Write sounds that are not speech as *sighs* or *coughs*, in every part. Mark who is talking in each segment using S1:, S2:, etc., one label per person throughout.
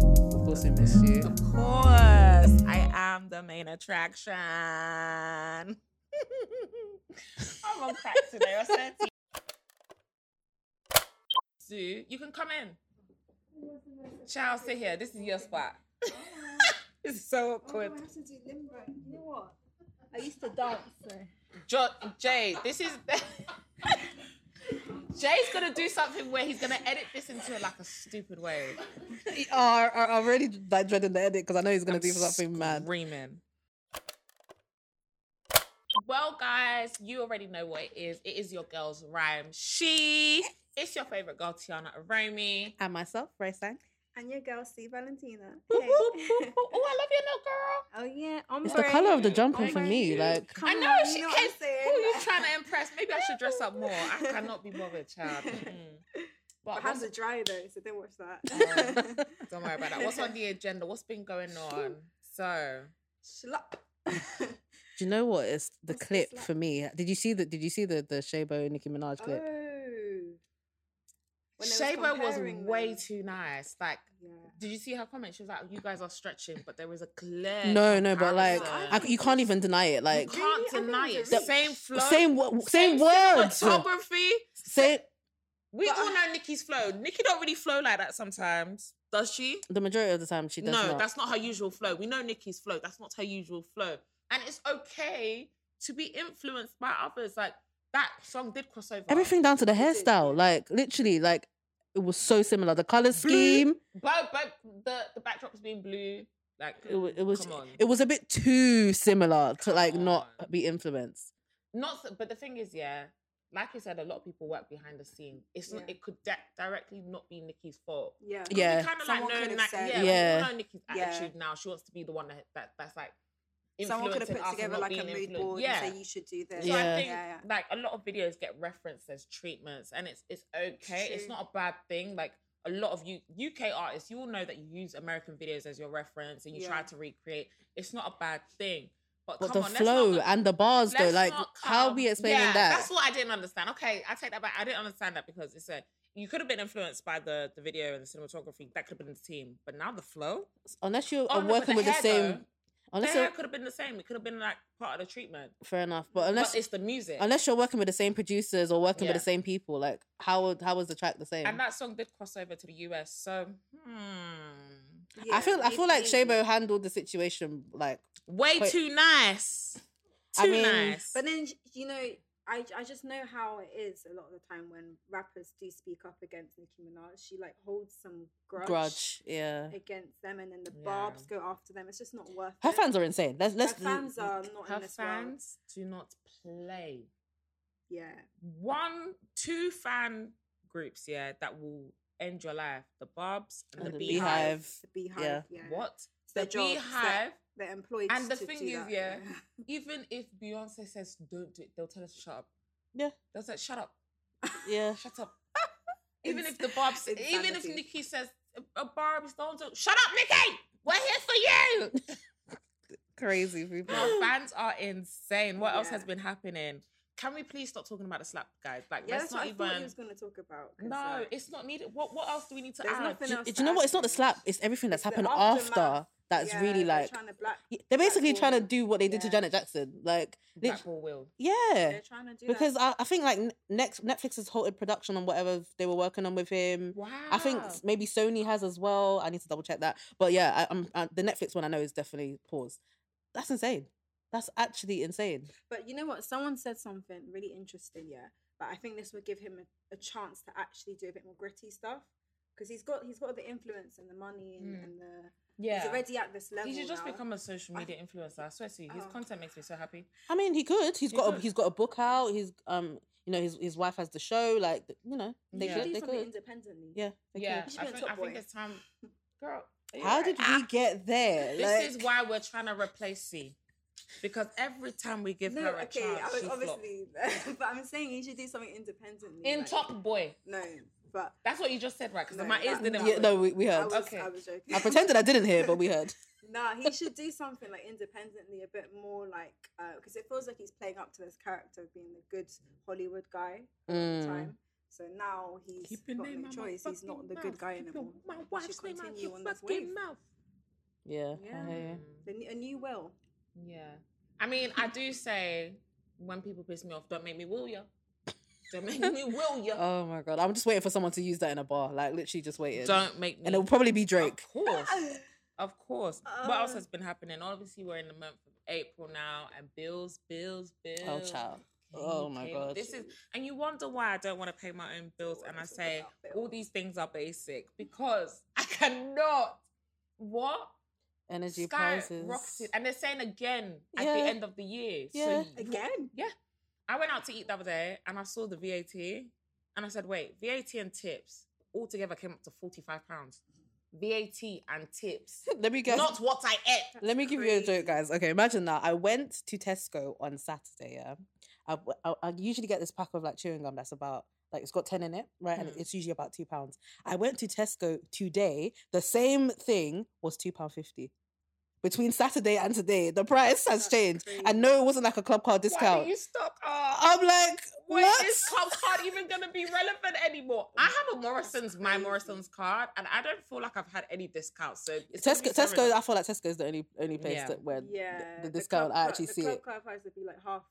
S1: Listen, miss you.
S2: Of course, I am the main attraction. *laughs* I'm on crack today. I said to you- Sue, you can come in. Child, sit here. This is your spot. this is so *laughs* awkward.
S3: have to do limbo. You know what? I used to dance. So.
S2: Jo- Jay, this is. *laughs* Jay's gonna do something where he's gonna edit this into like a stupid way.
S1: I, I, I'm really like dreading the edit because I know he's gonna
S2: I'm
S1: do something mad.
S2: Screaming. Well, guys, you already know what it is. It is your girl's rhyme. She. It's your favorite girl, Tiana Aromi.
S1: And myself, Ray Sang.
S3: And your girl, C. *laughs* Valentina.
S2: Oh, I love
S3: Hey.
S2: your little girl.
S3: oh, yeah. Oh
S1: It's the color of the
S2: Ombre.
S1: jumper for me.
S2: Ombre.
S1: Like,
S2: I
S3: Come
S2: know,
S3: on,
S2: she
S3: you know what I'm
S2: can- Who are you
S3: saying?
S2: trying to impress? Maybe I should dress up more.
S3: *laughs*
S2: I cannot be bothered, child. Mm-mm.
S3: But
S2: But
S3: hands
S2: what's-
S3: are dry though, so don't watch *laughs*
S2: Oh.
S3: that.
S2: *laughs* don't worry about that. What's
S3: *laughs*
S2: on the agenda? What's been going on? So,
S3: *laughs* Schlop.
S1: do you know what? It's the
S3: What's the
S1: clip
S3: slap?
S1: for me. Did you see the Did you see the the Shabo Nicki Minaj clip?
S3: Oh. When they was
S2: Shabo was
S3: comparing
S2: way
S3: them.
S2: too nice. Like,
S3: Yeah.
S2: Did you see her comment? She was like, "You guys are stretching, but there is a clear
S1: no, no, but like,
S2: comparison.
S1: I, you can't even deny it.
S2: you
S1: Like,
S3: Really? I
S2: can't
S3: think it
S2: deny
S3: was
S2: it.
S3: a reach.
S2: Same flow,
S1: same wo- same words,
S2: photography.
S1: same.
S2: We
S3: But-
S2: all know Nikki's flow. Nikki don't really flow like that sometimes, does she?
S1: The majority of the time, she does
S2: no,
S1: not.
S2: that's not her usual flow. We know Nikki's flow. That's not her usual flow, and it's okay to be influenced by others. Like that song did cross over.
S1: Everything down to the
S3: Is it?
S1: hairstyle, like literally, like it was so similar. The
S2: Blue.
S1: color scheme,
S2: but but the the backdrop's been blue. Like
S1: it, wa- it was
S2: come on.
S1: it was a bit too similar to like
S2: Come
S1: not
S2: on.
S1: be influenced.
S2: not so- but the thing is yeah like you said a lot of people work behind the scene it's not
S3: Yeah.
S2: it could di- directly not be nikki's fault
S3: Yeah.
S1: Yeah.
S2: kind of like
S3: Someone
S2: knowing
S3: could've
S2: that,
S3: said-
S2: yeah,
S1: Yeah.
S2: We all know nikki's
S3: Yeah.
S2: attitude now she wants to be the one that, that that's like
S3: Someone could have
S2: influencing
S3: put
S2: us and
S3: together
S2: not
S3: like a
S2: being
S3: mood
S2: influenced.
S3: board
S2: yeah
S3: and say you should do this.
S2: so
S1: Yeah.
S2: I think
S3: yeah,
S2: like a lot of videos get referenced as treatments, and it's it's okay. It's
S3: true.
S2: not a bad thing. Like a lot of you UK artists, you all know that you use American videos as your reference and you try
S3: Yeah.
S2: to recreate. It's not a bad thing. But,
S1: But
S2: come
S1: the
S2: on,
S1: flow
S2: let's not,
S1: and the bars, though,
S2: Let's
S1: like
S2: not
S1: how
S2: come-
S1: we explaining
S2: Yeah,
S1: that?
S2: That's what I didn't understand. Okay, I take that back. I didn't understand that because it's a you could have been influenced by the the video and the cinematography that could have been the team, but now the flow.
S1: unless you're
S2: Oh, no,
S1: uh,
S2: but
S1: working with the
S2: hair,
S1: same,
S2: though, the
S1: unless
S2: hair
S1: you're,
S2: could have been the same. It could have been like part of the treatment,
S1: fair enough, but unless
S2: but it's the music.
S1: unless you're working with the same producers or working
S2: Yeah.
S1: with the same people, like how would- how was the track the same?
S2: and that song did cross over to the US, so hmm,
S3: yeah.
S1: I feel I
S3: Yeah,
S1: feel like
S3: maybe.
S1: Shabo handled the situation like
S2: way
S1: But-
S2: too nice. Too
S1: I mean,
S2: nice.
S3: But then you know, I I just know how it is a lot of the time when rappers do speak up against Nicki Minaj. She like holds some grudge,
S1: grudge. Yeah,
S3: against them, and then the
S2: Yeah.
S3: barbs go after them. It's just not worth
S1: her
S3: it.
S1: fans are insane. Let's
S3: Her
S1: let's
S3: fans are not
S2: her
S3: in this world.
S2: fans do not play.
S3: Yeah,
S2: One, two fan groups, yeah, that will end your life. The Barb's and, the,
S1: the
S2: beehive.
S1: beehive.
S3: the beehive.
S1: Yeah.
S3: Yeah,
S2: What?
S3: It's their
S2: the
S3: job, it's their-
S2: beehive.
S3: They're employed.
S2: And the
S3: to
S2: thing
S3: do
S2: is,
S3: that,
S2: yeah, Even if Beyonce says don't do it, they'll tell us to shut up.
S1: Yeah.
S2: They'll say shut up.
S1: Yeah,
S2: Shut
S3: *laughs*
S2: up. even
S3: Ins-
S2: if the Barb's, even if
S3: *laughs* insanity.
S2: Nikki says a Barb's don't do shut up, Nikki. We're
S3: *laughs*
S2: here for you.
S1: crazy people.
S2: Our fans are insane. What else has
S3: Yeah.
S2: been happening? Can we please stop talking about the slap, guys? Like,
S3: yeah,
S2: let's
S3: that's what
S2: not
S3: I thought he
S2: even.
S3: was going to talk about. 'cause,
S2: No,
S3: like,
S2: it's not needed. What What else do we need to
S3: There's
S2: add?
S3: nothing
S1: Do,
S3: else
S1: do
S3: to
S1: you know
S3: add
S1: what? It's not the
S3: to it.
S1: slap. It's everything that's
S3: It's the
S1: happened after
S3: aftermath.
S1: that's
S3: yeah,
S1: really
S3: they're
S1: like
S3: trying to black.
S1: y- they're basically
S3: blackball
S1: trying to
S3: them.
S1: do what they did to
S3: Yeah.
S1: Janet Jackson. Like, lit-
S2: Blackball will.
S1: yeah,
S3: They're trying to do that.
S1: because I, I think like N- next Netflix has halted production on whatever they were working on with him.
S2: Wow.
S1: I think s- maybe Sony has as well. I need to double check that. But yeah, I, I'm, I, the Netflix one I know is definitely paused. That's insane. That's actually insane.
S3: But you know what? Someone said something really interesting, yeah. But I think this would give him a, a chance to actually do a bit more gritty stuff because he's got he's got the influence and the money and,
S2: Mm.
S3: and the
S2: yeah.
S3: he's already at this level.
S2: he should just
S3: now.
S2: become a social
S3: I-
S2: media influencer. I swear to you, his
S3: Oh.
S2: content makes me so happy.
S1: I mean, he could. He's
S2: He
S1: got
S2: could.
S1: A, he's got a book out. He's um, you know, his his wife has the show. Like th- you know,
S3: He
S1: they
S2: Yeah.
S3: should
S1: could.
S3: do
S1: They
S3: something
S1: could.
S3: independently.
S1: Yeah. They
S2: Yeah,
S1: Could.
S3: should
S2: I
S3: be on
S2: think, I
S3: Top
S2: think
S3: Boy.
S2: it's
S3: *laughs*
S2: time. Girl, are you
S1: How
S2: alright?
S1: did we get there?
S2: This is
S1: Like,
S2: why we're trying to replace C, because every time we give
S3: no,
S2: her a
S3: okay,
S2: chance,
S3: I
S2: she
S3: was
S2: flops.
S3: obviously, *laughs* but I'm saying he should do something independently.
S2: In
S3: like-
S2: Top Boy,
S3: No, but
S2: that's what you just said, right? Because
S3: No,
S2: my ears
S3: that-
S2: didn't.
S1: Yeah, no, we, we
S3: I
S1: heard.
S3: was,
S2: Okay.
S3: I was joking.
S1: I pretended I didn't hear, but we
S2: *laughs*
S1: heard.
S3: *laughs* Nah, he should do something like independently, a bit more like because it feels like he's playing up to this character of being the good Hollywood guy all the
S1: Mm.
S3: time. So now he's
S2: Keep your
S3: got
S2: name
S3: no
S2: out my
S3: choice. He's not
S2: fucking
S3: the good
S2: mouth.
S3: guy
S2: Keep your-
S3: anymore.
S2: My
S3: should
S2: wife's name out
S3: continue
S2: your
S3: on this
S2: fucking
S3: wave.
S2: mouth.
S1: Yeah.
S3: Yeah.
S1: I hear you.
S3: The n- A
S2: *laughs*
S3: new will.
S2: Yeah. I mean, I do say when people piss me off, don't make me will ya. Don't make me will ya.
S1: Oh my god. I'm just waiting for someone to use that in a bar. Like literally just waiting.
S2: don't make me.
S1: and it'll probably be Drake.
S2: Of course. Of course. what else
S3: Uh.
S2: has been happening? Obviously, we're in the month of April now, and bills, bills, bills.
S1: Oh child.
S2: Can
S1: Oh
S2: you
S1: my
S2: pay-
S1: god.
S2: This is and you wonder why I don't want to pay my own bills and I say all these things are basic because *laughs* I cannot what
S1: energy prices.
S2: skyrocketed and they're saying again at the
S1: Yeah.
S2: end of the year.
S1: Yeah.
S2: So you-
S3: *laughs* Again?
S2: I went out to eat the other day and I saw the VAT and I said, wait, VAT and tips altogether came up to forty-five pounds. VAT and tips.
S1: Let me *laughs* guess.
S2: Not what I ate.
S1: Let me give you a
S3: crazy.
S1: joke, guys. Okay, imagine that. I went to Tesco on Saturday. Yeah, I, w- I- I usually get this pack of like chewing gum that's about like it's got ten in it, right? And
S2: Mhm.
S1: it's usually about two pounds. I went to Tesco today. The same thing was two pound fifty. Between Saturday and today, the price has
S3: That's
S1: changed.
S3: crazy.
S1: And no, it wasn't like a club card
S2: Why
S1: discount.
S2: do you stock up?
S1: I'm like,
S2: Wait,
S1: what?
S2: is Club card even gonna be relevant anymore? I have a Morrison's, my
S3: crazy.
S2: Morrison's card, and I don't feel like I've had any discounts. So it's gonna be
S1: Tesco, Tesco.
S2: seven.
S1: I feel like Tesco is the only only place
S2: Yeah.
S1: that where th-
S3: Yeah.
S1: the, discount. I actually see
S3: club
S1: it.
S3: Club clarifies would be like half.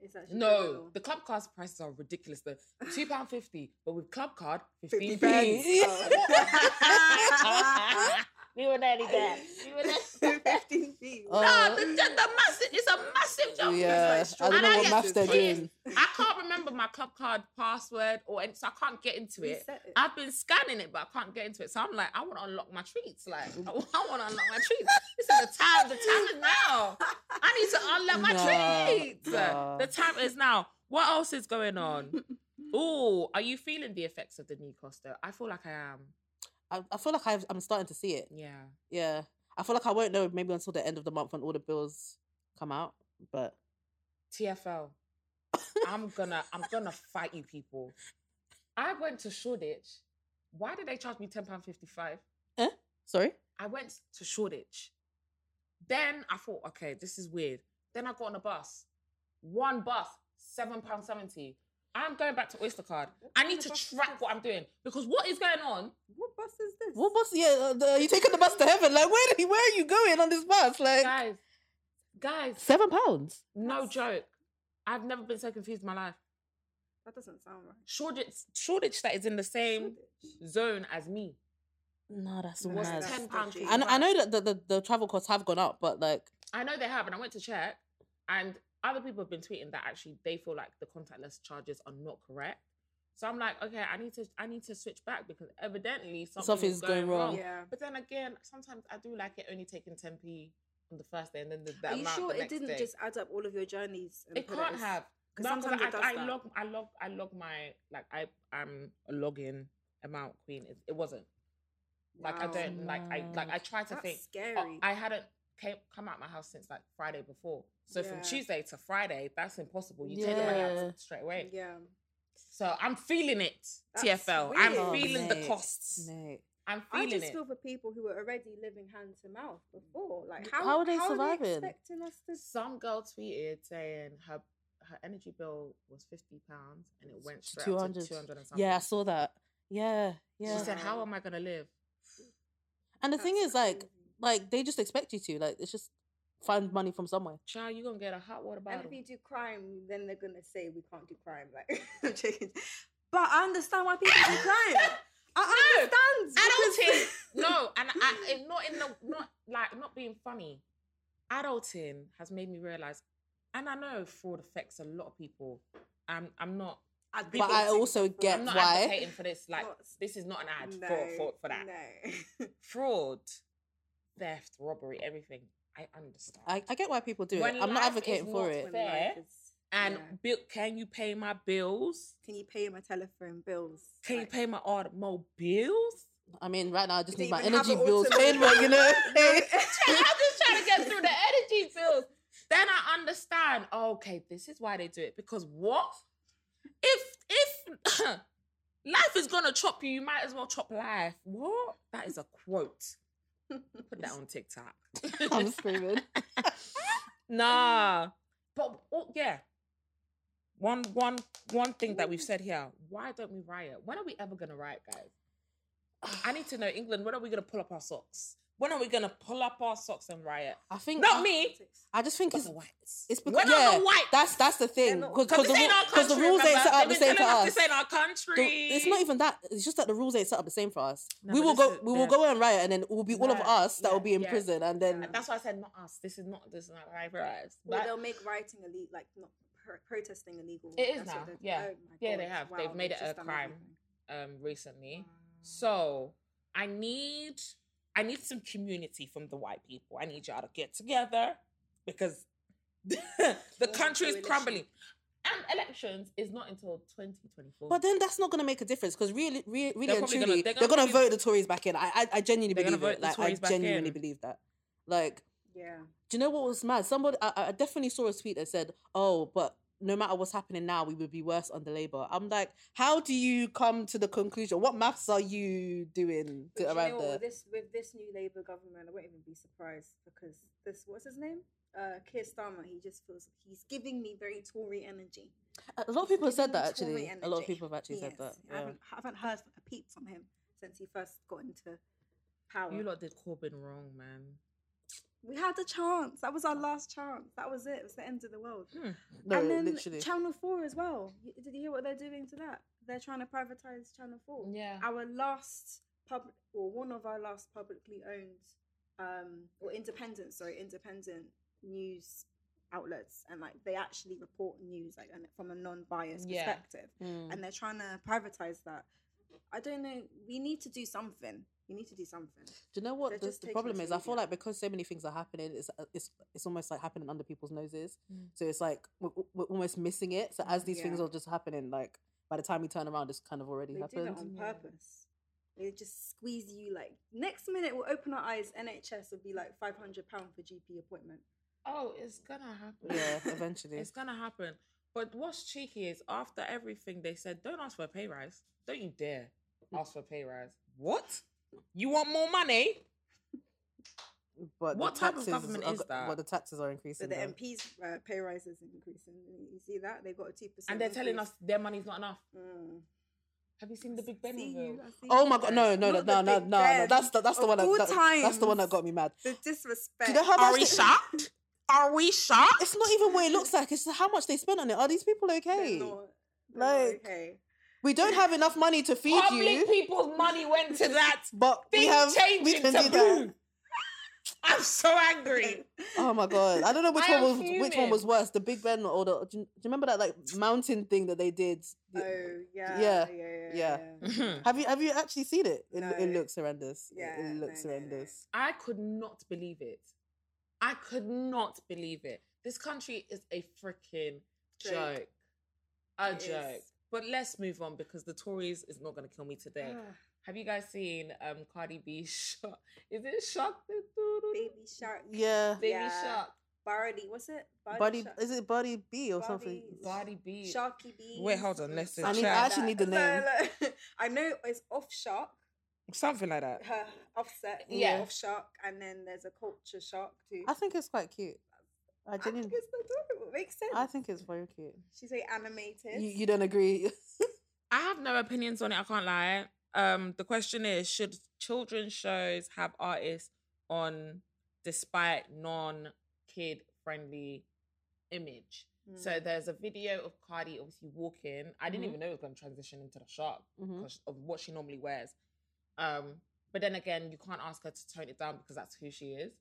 S3: It's actually
S2: No,
S3: criminal. *laughs*
S2: the club card's prices are ridiculous though. Two pound fifty, but with club card, fifteen
S1: 50p. *laughs*
S2: pence. *laughs*
S3: *laughs* Oh.
S2: we were nearly there. We were nearly there.
S3: 15 feet.
S1: Oh.
S2: Nah, the, the, the massive, it's a massive jump.
S1: Yeah,
S3: like
S1: I don't know
S2: And I
S1: what
S2: get
S1: maths they're
S2: pissed.
S1: doing.
S2: I can't remember my club card password or and so I can't get into it.
S3: Reset it.
S2: I've been scanning it, but I can't get into it. So I'm like, I want to unlock my treats. Like, *laughs* I want to unlock my treats. This is the time. The time is now. I need to unlock my
S1: Nah,
S2: treats.
S1: nah.
S2: The time is now. What else is going on? Oh, are you feeling the effects of the new Costa? I feel like I am.
S1: I, I feel like I've, I'm starting to see it.
S2: Yeah.
S1: Yeah. I feel like I won't know maybe until the end of the month when all the bills come out. But
S2: TFL. I'm gonna I'm gonna fight you people. I went to Shoreditch. Why did they charge me ten pound fifty five?
S1: sorry.
S2: I went to Shoreditch. Then I thought, okay, this is weird. Then I got on a bus. One bus, seven pound seventy. I'm going back to Oyster Card. I need to track what I'm doing because what is going on?
S3: What bus is this?
S1: What bus? Yeah, uh, the, are you taking the bus to heaven? Like, where *laughs* did he- where are you going on this bus? Like,
S2: Guys, guys,
S1: seven pounds.
S2: no joke. I've never been so confused in my life.
S3: That doesn't sound right.
S2: Shoreditch, Shoreditch that is in the same
S3: Shoreditch.
S2: zone as me.
S1: No, that's
S3: It
S2: was
S3: Mad.
S1: mad.
S3: that?
S2: ten pounds.
S1: I know, I know that the, the, the travel costs have gone up, but like,
S2: I know they have, and I went to check, and other people have been tweeting that actually they feel like the contactless charges are not correct. So I'm like, okay, I need to, I need to switch back because evidently something
S1: Something's
S2: is going,
S1: going
S2: wrong.
S1: wrong.
S3: Yeah.
S2: But then again, sometimes I do like it only taking 10p on the first day, and then the, that
S3: Are you
S2: amount
S3: sure
S2: the
S3: it
S2: next
S3: didn't
S2: day.
S3: just add up all of your journeys? and
S2: It
S3: put
S2: can't
S3: as-
S2: have.
S3: 'cause
S2: No, 'cause
S3: sometimes it does
S2: I, I,
S3: that.
S2: log, I log, I log my like I, I'm a login amount queen. It, it wasn't like I
S3: Wow.
S2: don't like I like I try to
S3: That's
S2: think. Oh,
S3: scary.
S2: I hadn't came, come out my house since like Friday before. So from
S3: Yeah.
S2: Tuesday to Friday, that's impossible. You take the money
S1: Yeah.
S2: out straight away.
S3: yeah.
S2: So I'm feeling it,
S3: That's
S2: TFL.
S3: weird.
S2: I'm
S3: Oh,
S2: feeling the
S1: mate.
S2: costs.
S1: mate,
S2: I'm
S3: I
S2: feeling
S3: just
S2: it.
S3: feel for people who were already living hand to mouth before. Like,
S1: D-
S3: how,
S1: how are they surviving?
S3: expecting us to?
S2: Some girl tweeted saying her her energy bill was fifty pounds and it went
S1: To
S2: straight up to
S1: 200.
S2: two hundred and something.
S1: yeah, I saw that. Yeah, yeah.
S2: She said, "How
S3: Wow.
S2: am I gonna live?"
S1: and the
S3: That's
S1: thing is, like,
S3: crazy.
S1: like they just expect you to. Like, it's just find money from somewhere.
S2: Child, you gonna get a hot water
S3: and
S2: bottle.
S3: if you do crime, then they're gonna say we can't do crime. Like, *laughs* I'm joking. but I understand why people do
S2: *laughs*
S3: crime. I understand.
S2: adulting.
S3: because-
S2: no, and I it- not in the not like not being funny. Adulting has made me realize, and I know fraud affects a lot of people. I'm I'm not
S3: *laughs* I'd be
S2: But I
S3: guilty
S1: also
S3: before.
S1: get
S2: I'm not
S1: why.
S2: advocating for this. Like
S3: Not-
S2: this is not an ad for,
S3: No, *laughs*
S2: for for that
S3: No.
S2: fraud, theft, robbery, everything. I understand.
S1: I, I get why people do
S2: When
S1: it. I'm
S2: life
S1: not
S2: is
S1: advocating for
S2: not
S1: it.
S3: When
S2: Fair.
S3: life is-
S2: and
S3: yeah.
S2: bill, can you pay my bills?
S3: can you pay my telephone bills?
S2: Can you
S3: Like,
S2: pay my automobiles?
S1: I mean, right now I just
S3: You
S1: need my
S3: don't even have
S1: energy
S3: an
S1: bills
S3: ultimate-
S1: paid, but
S2: *laughs*
S1: you
S3: *laughs*
S1: know. *laughs*
S2: I'm just trying to get through the energy bills. Then I understand. oh, okay, this is why they do it because what if if *coughs* life is gonna chop you? You might as well chop life. What? That is a quote.
S3: *laughs*
S2: Put that on TikTok. *laughs*
S1: I'm screaming.
S2: nah, but oh, yeah. One one one thing that we've said here. Why don't we riot? When are we ever gonna riot, guys? I need to know, England. When are we gonna pull up our socks? When are we gonna pull up our socks and riot?
S1: I think
S2: Not
S1: I,
S2: me.
S1: I just think
S2: But
S1: it's
S2: the whites.
S1: it's
S2: We're
S1: because
S2: not
S1: yeah,
S2: the whites.
S1: *laughs* that's that's the thing
S3: not-
S1: because
S2: Because
S1: the,
S2: this ain't
S1: ru-
S2: our
S1: 'cause
S2: country.
S1: the rules ain't
S2: remember?
S1: set up the
S2: They've
S1: same
S2: been
S1: for
S2: telling us
S1: us.
S2: This ain't our country.
S1: The- it's not even that. It's just that the rules ain't set up the same for us.
S2: No,
S1: we
S2: but
S1: will
S2: this
S1: go.
S2: is-
S1: we will
S2: yeah.
S1: go and riot, and then it will be all of
S2: Right,
S1: us that
S2: yeah,
S1: will be in
S2: yeah.
S1: prison, and then
S3: Yeah.
S2: That's why I said not us. This is not. This is not right for us.
S3: Well,
S2: But
S3: they'll make rioting illegal, like not pro- protesting illegal.
S2: It is
S3: That's what
S2: now,
S3: they've-
S2: yeah.
S3: oh my
S2: Yeah, they
S3: God,
S2: have. They've made
S3: they've
S2: it a
S3: just done
S2: crime.
S3: everything.
S2: um, recently. So I need I need some community from the white people. I need y'all to get together because *laughs* the
S3: Form a
S2: country is
S3: coalition.
S2: crumbling. And elections is not until 2024.
S1: But then that's not going to make a difference because really, really, really
S2: They're
S1: and
S2: probably gonna-
S1: truly,
S2: they're
S1: they're
S2: gonna
S1: going to
S2: probably-
S1: vote the Tories back in. I, I, I genuinely
S2: They're gonna vote
S1: believe it.
S2: the
S1: Like, I
S2: Tories back
S1: genuinely
S2: in.
S1: believe that. Like,
S3: Yeah.
S1: do you know what was mad? Somebody, I, I definitely saw a tweet that said, "Oh, but no matter what's happening now, we would be worse under Labour." I'm like, how do you come to the conclusion? What maths are you doing to
S3: But do you
S1: arrive
S3: know what,
S1: there?
S3: with this with this new Labour government, I won't even be surprised because this what's his name? Uh, Keir Starmer. He just feels he's giving me very Tory energy.
S1: A lot of people have said
S3: Giving me
S1: that actually.
S3: Tory
S1: A lot of
S3: energy.
S1: people have actually said
S3: Yes,
S1: that.
S3: I
S1: yeah.
S3: haven't, I haven't heard a peep from him since he first got into power.
S2: you lot did Corbyn wrong, man.
S3: we had a chance. That was our last chance. That was it. It was the end of the world.
S1: No,
S3: and then
S1: literally.
S3: Channel Four as well. Y- Did you hear what they're doing to that? They're trying to privatize Channel Four.
S2: Yeah.
S3: Our last public, or one of our last publicly owned, um, or independent, sorry, independent news outlets, and like they actually report news like and from a non-biased
S2: Yeah.
S3: perspective,
S1: Mm.
S3: and they're trying to privatize that. I don't know. We need to do something. We need to do something.
S1: Do you know
S3: They're
S1: what the,
S3: just
S1: the
S3: taking
S1: problem
S3: us
S1: is? I feel
S3: media.
S1: like because so many things are happening, it's uh, it's it's almost like happening under people's noses.
S2: Mm.
S1: So it's like we're, we're almost missing it. So as these things
S3: Mm, Yeah.
S1: are just happening, like by the time you turn around, it's kind of already
S3: They do that
S1: happened.
S3: on
S2: Yeah.
S3: purpose. They just squeeze you like next minute we'll open our eyes. NHS will be like five hundred pound for GP appointment.
S2: Oh, it's gonna happen.
S3: *laughs*
S1: yeah,
S2: *laughs*
S1: eventually.
S2: It's gonna happen. But what's cheeky is after everything they said, don't ask for a pay rise. Don't you dare ask for a pay rise. What? You want more money?
S1: But
S2: What
S1: the
S2: type of
S1: taxes
S2: government
S1: are,
S2: is
S1: go-
S2: that?
S1: Well, the taxes are
S3: So
S1: increasing.
S3: the
S1: though.
S3: MPs uh, pay rise is increasing. You see that they've got a two percent.
S2: And they're telling us their money's not enough.
S3: Mm.
S2: Have you seen the Big Ben
S3: See
S2: review?
S3: you, I see
S1: Oh
S3: you
S1: my god!
S3: guys.
S1: No, no, no,
S3: Not
S1: no,
S3: the
S1: no,
S3: Big
S1: no, no.
S3: Ben.
S1: That's the that's the
S3: Of
S1: one that,
S3: all
S1: that- that's the one that
S3: times.
S1: got me mad.
S3: the disrespect.
S1: Do you know how
S2: Are
S1: much
S2: we
S1: they-
S2: shocked? Are we shocked?
S1: It's not even what it looks like. It's how much they spent on it. Are these people
S3: They're
S1: okay?
S3: not- they're not
S1: Like,
S3: okay.
S1: We don't have enough money to feed
S2: Public
S1: you,
S2: people's money went to that
S1: but we
S2: thing
S1: have we
S2: changing
S1: can do that.
S2: taboo. *laughs* I'm so
S3: *laughs*
S2: angry.
S1: Oh my god! I don't know which
S2: I
S1: one was
S2: am
S1: which
S2: fuming.
S1: one was worse, the Big Ben or the. Do you, do you remember that like mountain thing that they did?
S3: Oh
S1: The-
S3: yeah, yeah,
S1: yeah,
S3: yeah,
S1: yeah.
S3: yeah.
S2: Mm-hmm.
S1: Have you have you actually seen it? It, lo- it
S3: No.
S1: looks horrendous. It-
S3: Yeah,
S1: it,
S3: no,
S1: looks
S3: no, no.
S1: horrendous.
S2: I could not believe it. I could not believe it. This country is a freaking
S3: Joke.
S2: joke. A
S3: It is.
S2: joke. But let's move on because the Tories is not going to kill me today.
S3: Mm. Ah,
S2: Have you guys seen um Cardi B shot? Is it shock? *laughs*
S3: Baby shark.
S1: Yeah,
S2: Baby
S3: Yeah.
S2: shock.
S3: Bardi, what's it? Bardi
S1: Buddy,
S3: Shark-
S1: is it Buddy B or
S3: Buddy
S1: something?
S2: Cardi B.
S3: Sharky B.
S2: Wait, hold on, let's
S1: I need- I actually need the
S3: *laughs* I know it's off shark,
S2: Something like that.
S3: her offset, yeah,
S2: Yeah.
S3: off shark, and then there's a culture shark too.
S1: I think it's quite cute. I
S3: I think
S1: didn't.
S3: it's adorable. It makes sense.
S1: I think it's very cute.
S3: She's very animated.
S1: You, you don't agree? *laughs*
S2: I have no opinions on it. I can't lie. Um, the question is: Should children's shows have artists on, despite non-kid-friendly image?
S3: Mm. Mm-hmm.
S2: So there's a video of Cardi obviously walking. I didn't
S1: Mhm.
S2: even know it was going to transition into the shark
S1: Mhm.
S2: because of what she normally wears. Um, but then again, you can't ask her to tone it down because that's who she is.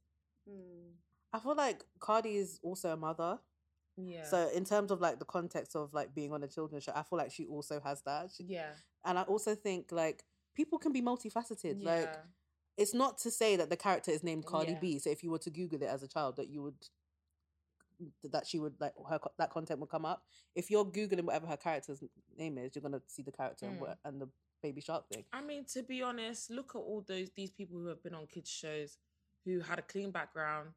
S3: Mm.
S1: I feel like Cardi is also a mother.
S2: Yeah.
S1: So in terms of like the context of like being on a children's show, I feel like she also has that. She-
S2: yeah.
S1: and I also think like people can be multifaceted. Like
S2: yeah.
S1: it's not to say that the character is named Cardi
S2: Yeah.
S1: B. So if you were to Google it as a child, that you would that she would like her co- that content would come up. If you're googling whatever her character's name is, you're gonna see the character and,
S2: Mm.
S1: what, and the baby shark thing.
S2: I mean, to be honest, look at all those these people who have been on kids shows, who had a clean background,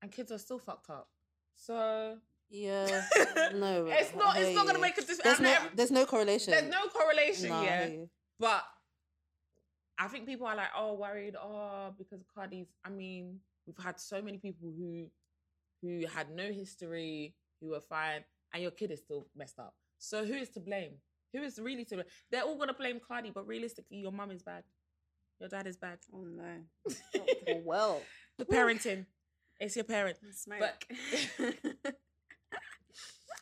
S2: and kids are still fucked up. So *laughs*
S1: Yeah, no,
S2: it's
S1: I
S2: not it's
S1: hear
S2: not gonna
S1: you.
S2: make a difference.
S1: There's no, there's no correlation.
S2: there's no correlation,
S1: Nah, I
S2: yeah.
S1: hear you.
S2: But I think people are like, oh, worried, oh, because Cardi's. I mean, we've had so many people who who had no history, who were fine, and your kid is still messed up. So who is to blame? Who is really to blame? They're all gonna blame Cardi, but realistically, your mum is bad. Your dad is bad.
S3: Oh no. Not the Oh, well.
S2: The parenting. It's your parent.
S3: Smoke.
S1: *laughs*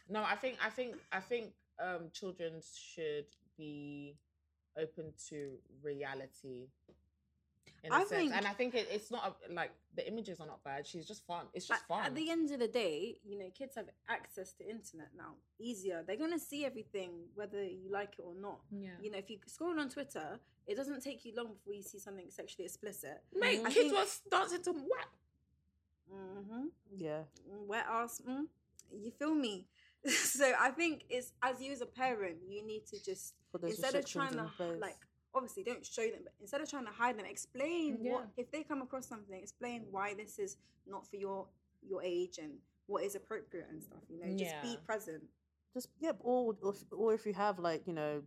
S2: No, I think I think I think um children should be open to reality. In a
S3: I
S2: sense.
S3: think-
S2: and I think it, it's not a, like the images are not bad. She's just fun. It's just
S3: But
S2: fun.
S3: At
S1: e,
S3: the end of the day, you know, kids have access to internet now, easier. They're gonna see everything, whether you like it or not.
S2: yeah.
S3: You know, if you scroll on Twitter, it doesn't take you long before you see something sexually explicit.
S2: Mate,
S1: Mhm.
S3: I
S2: kids
S3: think-
S2: were dancing to what?
S3: Mm-hmm.
S1: Yeah.
S3: Wet ass. Mm, you feel me? *laughs* so I think it's as you as a parent, you need to just
S1: Put those
S3: instead of
S1: restrictions
S3: trying to
S1: in place.
S3: like obviously don't show them but instead of trying to hide them explain what
S2: Yeah.
S3: if they come across something explain why this is not for your your age and what is appropriate and stuff you know just be
S2: Yeah.
S3: present
S1: just yeah, or or if, or if you have like you know,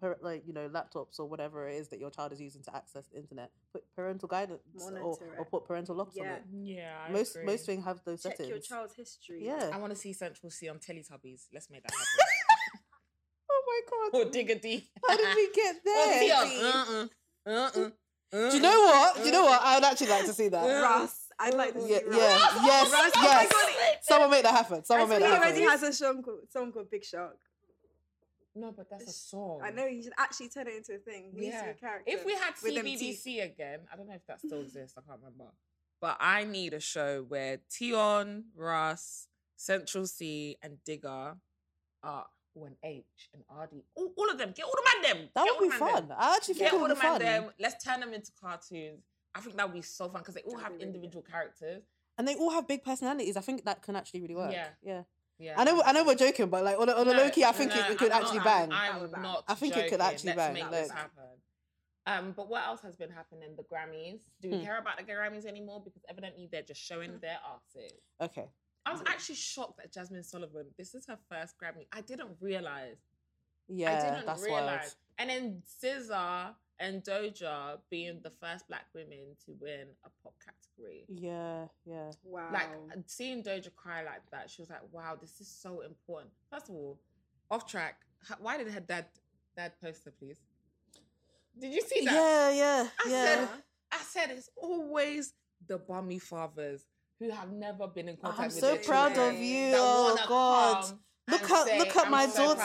S1: par- like you know laptops or whatever it is that your child is using to access the internet, put parental guidance or,
S3: Monitor
S1: or
S3: it.
S1: put parental locks on
S3: Yeah.
S1: it.
S2: Yeah. I
S1: most
S2: agree.
S1: most things have those settings.
S3: check your child's history
S1: Yeah.
S2: I want to see Central C on Teletubbies. Let's make that happen. *laughs*
S1: Oh my
S2: or Diggity.
S1: *laughs* How
S2: *laughs*
S1: did we get there?
S2: Or Dion. Uh-uh. Uh-uh.
S1: Do you know what? Do you know what? I would actually like to see
S2: *laughs*
S1: that.
S2: Yeah.
S3: Russ I'd like to see
S1: Yeah,
S2: *laughs*
S3: Russ
S1: yeah. Yes,
S3: Russ, oh my
S1: yes.
S3: God.
S1: Someone make that happen.
S3: I
S1: Someone
S3: swear
S1: make
S3: he
S1: that
S3: already
S1: happen.
S3: has a song called, song called Big Shark
S2: No, but that's a song.
S3: I know you should actually turn it into a thing he needs to be
S2: Oh. Yeah.
S3: a character
S2: If we had
S3: with them teeth.
S2: CBBC again, I don't know if that still
S1: *laughs*
S2: exists. I can't remember. But I need a show where Tion, Russ, Central C, and Digger are oh, and H and RD. All, all of them. Get all the man them.
S1: That
S2: Get all
S1: would be
S2: the man them.
S1: fun. I actually think
S2: Get
S1: it
S2: all
S1: would
S2: the
S1: be
S2: man
S1: fun.
S2: them. Let's turn them into cartoons. I think that would be so fun because they all
S3: That'd
S2: have
S3: be really good.
S2: individual characters.
S1: And they all have big personalities. I think that can actually really work. Yeah.
S2: Yeah. Yeah.
S1: I know I know we're joking, but like on a, on a
S2: No,
S1: low key, Oh, I think
S2: no,
S1: it, it could
S2: I'm
S1: actually
S2: not,
S1: bang.
S2: I'm,
S3: That would bang.
S2: not.
S1: I think it could
S2: joking.
S1: actually
S2: Let's
S1: bang,
S2: Make
S1: like-
S2: this happen. Um, but what else has been happening? The Grammys. Do we
S1: Hmm.
S2: care about the Grammys anymore? Because evidently they're just showing their artists.
S1: okay.
S2: I was actually shocked that Jasmine Sullivan. This is her first Grammy. I didn't realize.
S1: Yeah,
S2: I didn't
S1: that's
S2: realize. And
S1: wild.
S2: then SZA and Doja being the first Black women to win a pop category.
S1: Yeah, yeah.
S3: wow
S2: Like uh, seeing Doja cry like that, she was like, "Wow, this is so important." First of all, off track. h- Why did her dad dad post her, please? Did you see that?
S1: Yeah, yeah,
S2: I
S1: yeah.
S2: said, I said, it's always the bummy fathers who have never been in contact
S1: I'm
S2: with
S1: so
S2: their
S1: proud
S2: children
S1: of
S3: children
S1: you.
S2: that
S1: Oh
S2: wanna
S1: God.
S2: come
S1: Look
S2: and
S1: at-
S2: say,
S1: look at
S2: "I'm
S1: my
S2: so proud of